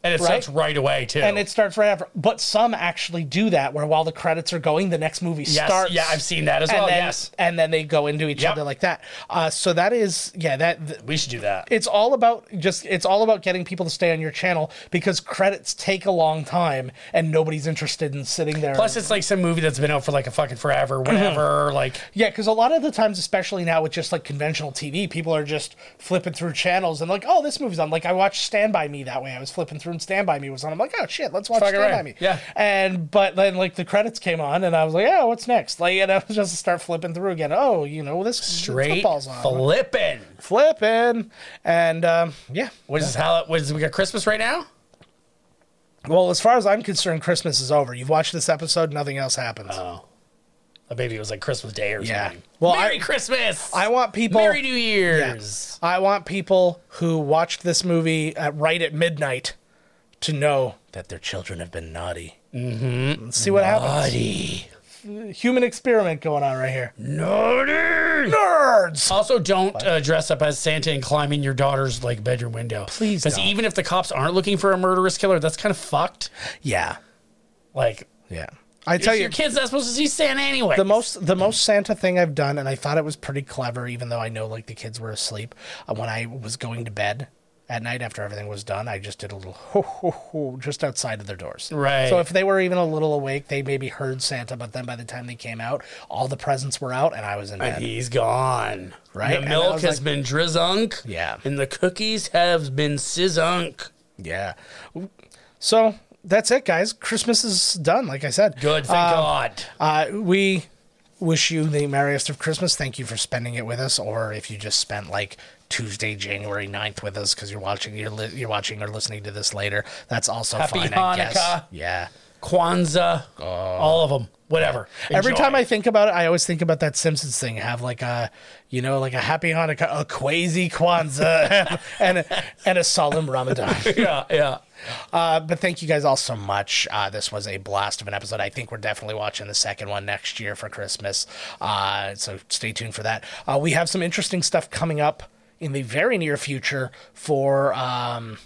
And it Right? starts right away too. And it starts right after. But some actually do that, where while the credits are going, the next movie yes, starts. yeah, I've seen that as and well. then, yes, and then they go into each Yep. other like that. Uh, so that is yeah, that th- we should do that. it's all about just it's all about getting people to stay on your channel because credits take a long time and nobody's interested in sitting there Plus, it's like some movie that's been out for like a fucking forever, whatever. like, yeah because a lot of the times especially now with just like conventional tv people are just flipping through channels and like oh this movie's on like i watched stand by me that way i was flipping through and stand by me was on i'm like oh shit let's watch Fucking stand by right. me Yeah. and but then like the credits came on and i was like oh what's next like and i was just start flipping through again oh you know this straight football's on flipping. flipping and um, yeah What is this? How? What is we got Christmas right now? Well, as far as I'm concerned, Christmas is over. You've watched this episode, nothing else happens. The baby Oh. was like Christmas Day or Yeah. something. Well, Merry I- Christmas. I want people. Merry New Year's. I want people who watched this movie at, right at midnight to know that their children have been naughty. Mm-hmm. Let's see what happens. Naughty. Human experiment going on right here. Naughty. Nerds. Also, don't uh, dress up as Santa and climb in your daughter's like bedroom window. Please because don't. even if the cops aren't looking for a murderous killer, that's kind of fucked. Yeah. Like, Yeah. I tell you, your kid's not supposed to see Santa anyway. the most the most Santa thing I've done, and I thought it was pretty clever, even though I know like the kids were asleep. Uh, when I was going to bed at night after everything was done, I just did a little ho ho ho just outside of their doors. Right. So if they were even a little awake, they maybe heard Santa, but then by the time they came out, all the presents were out, and I was in bed. He's gone. Right? The And I milk was has like- been drizzunk. Yeah. And the cookies have been sizzunk. yeah. So that's it, guys. Christmas is done. Like I said, Good, thank Um, God. Uh, we wish you the merriest of Christmas. Thank you for spending it with us, or if you just spent like Tuesday, January 9th with us because you're watching, you're, li- you're watching or listening to this later. That's also Happy fine. I guess. Hanukkah. Yeah. Kwanzaa, all of them, whatever. Oh. Every Enjoy. time I think about it, I always think about that Simpsons thing. Have like a, you know, like a happy Hanukkah, a crazy Kwanzaa, [LAUGHS] and a, and a solemn Ramadan. [LAUGHS] yeah, yeah. Uh, but thank you guys all so much. Uh, this was a blast of an episode. I think we're definitely watching the second one next year for Christmas. Uh, so stay tuned for that. Uh, we have some interesting stuff coming up in the very near future for. Um,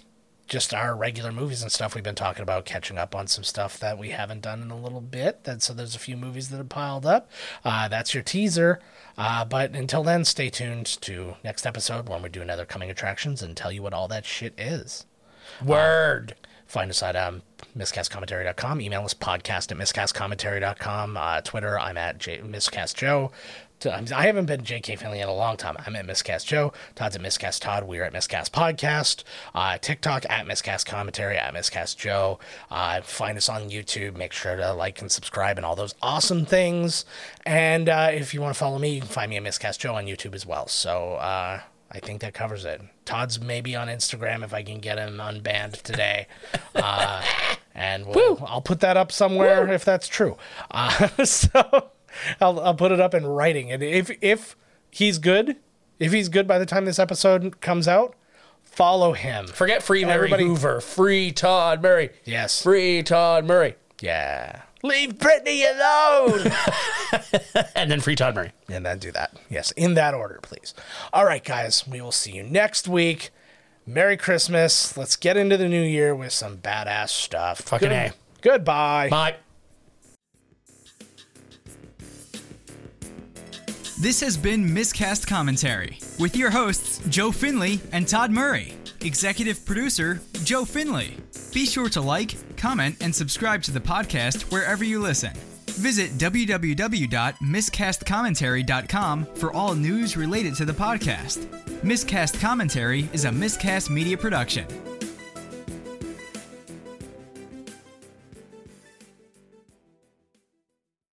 just our regular movies and stuff we've been talking about catching up on some stuff that we haven't done in a little bit that so there's a few movies that are piled up uh, that's your teaser uh, but until then stay tuned to next episode when we do another coming attractions and tell you what all that shit is Uh, Word. Find us at um, miscastcommentary.com. Email us podcast at miscastcommentary.com. Uh, Twitter, I'm at J- miscastjoe. T- I'm- I haven't been JK Finley in a long time. I'm at Miscast Joe. Todd's at Miscast Todd. We're at Miscast Podcast. Uh, TikTok at Miscast Commentary at Miscast Joe. Uh, find us on YouTube. Make sure to like and subscribe and all those awesome things. And uh, if you want to follow me, you can find me at Miscast Joe on YouTube as well. So uh, I think that covers it. Todd's maybe on Instagram if I can get him unbanned today. Uh, and we'll, I'll put that up somewhere if that's true. Uh, [LAUGHS] so I'll, I'll put it up in writing. And if if he's good, if he's good by the time this episode comes out, follow him. Forget free Mary Everybody- Hoover. Free Todd Murray. Yes. Free Todd Murray. Yeah. Leave Brittany [LAUGHS] alone. and then free Todd Murray. And then do that. Yes. In that order, please. All right, guys. We will see you next week. Merry Christmas. Let's get into the new year with some badass stuff. Fucking Good- A. Goodbye. Bye. This has been Miscast Commentary with your hosts, Joe Finley and Todd Murray. Executive producer, Joe Finley. Be sure to like, comment, and subscribe to the podcast wherever you listen. Visit www.miscastcommentary.com for all news related to the podcast. Miscast Commentary is a miscast media production.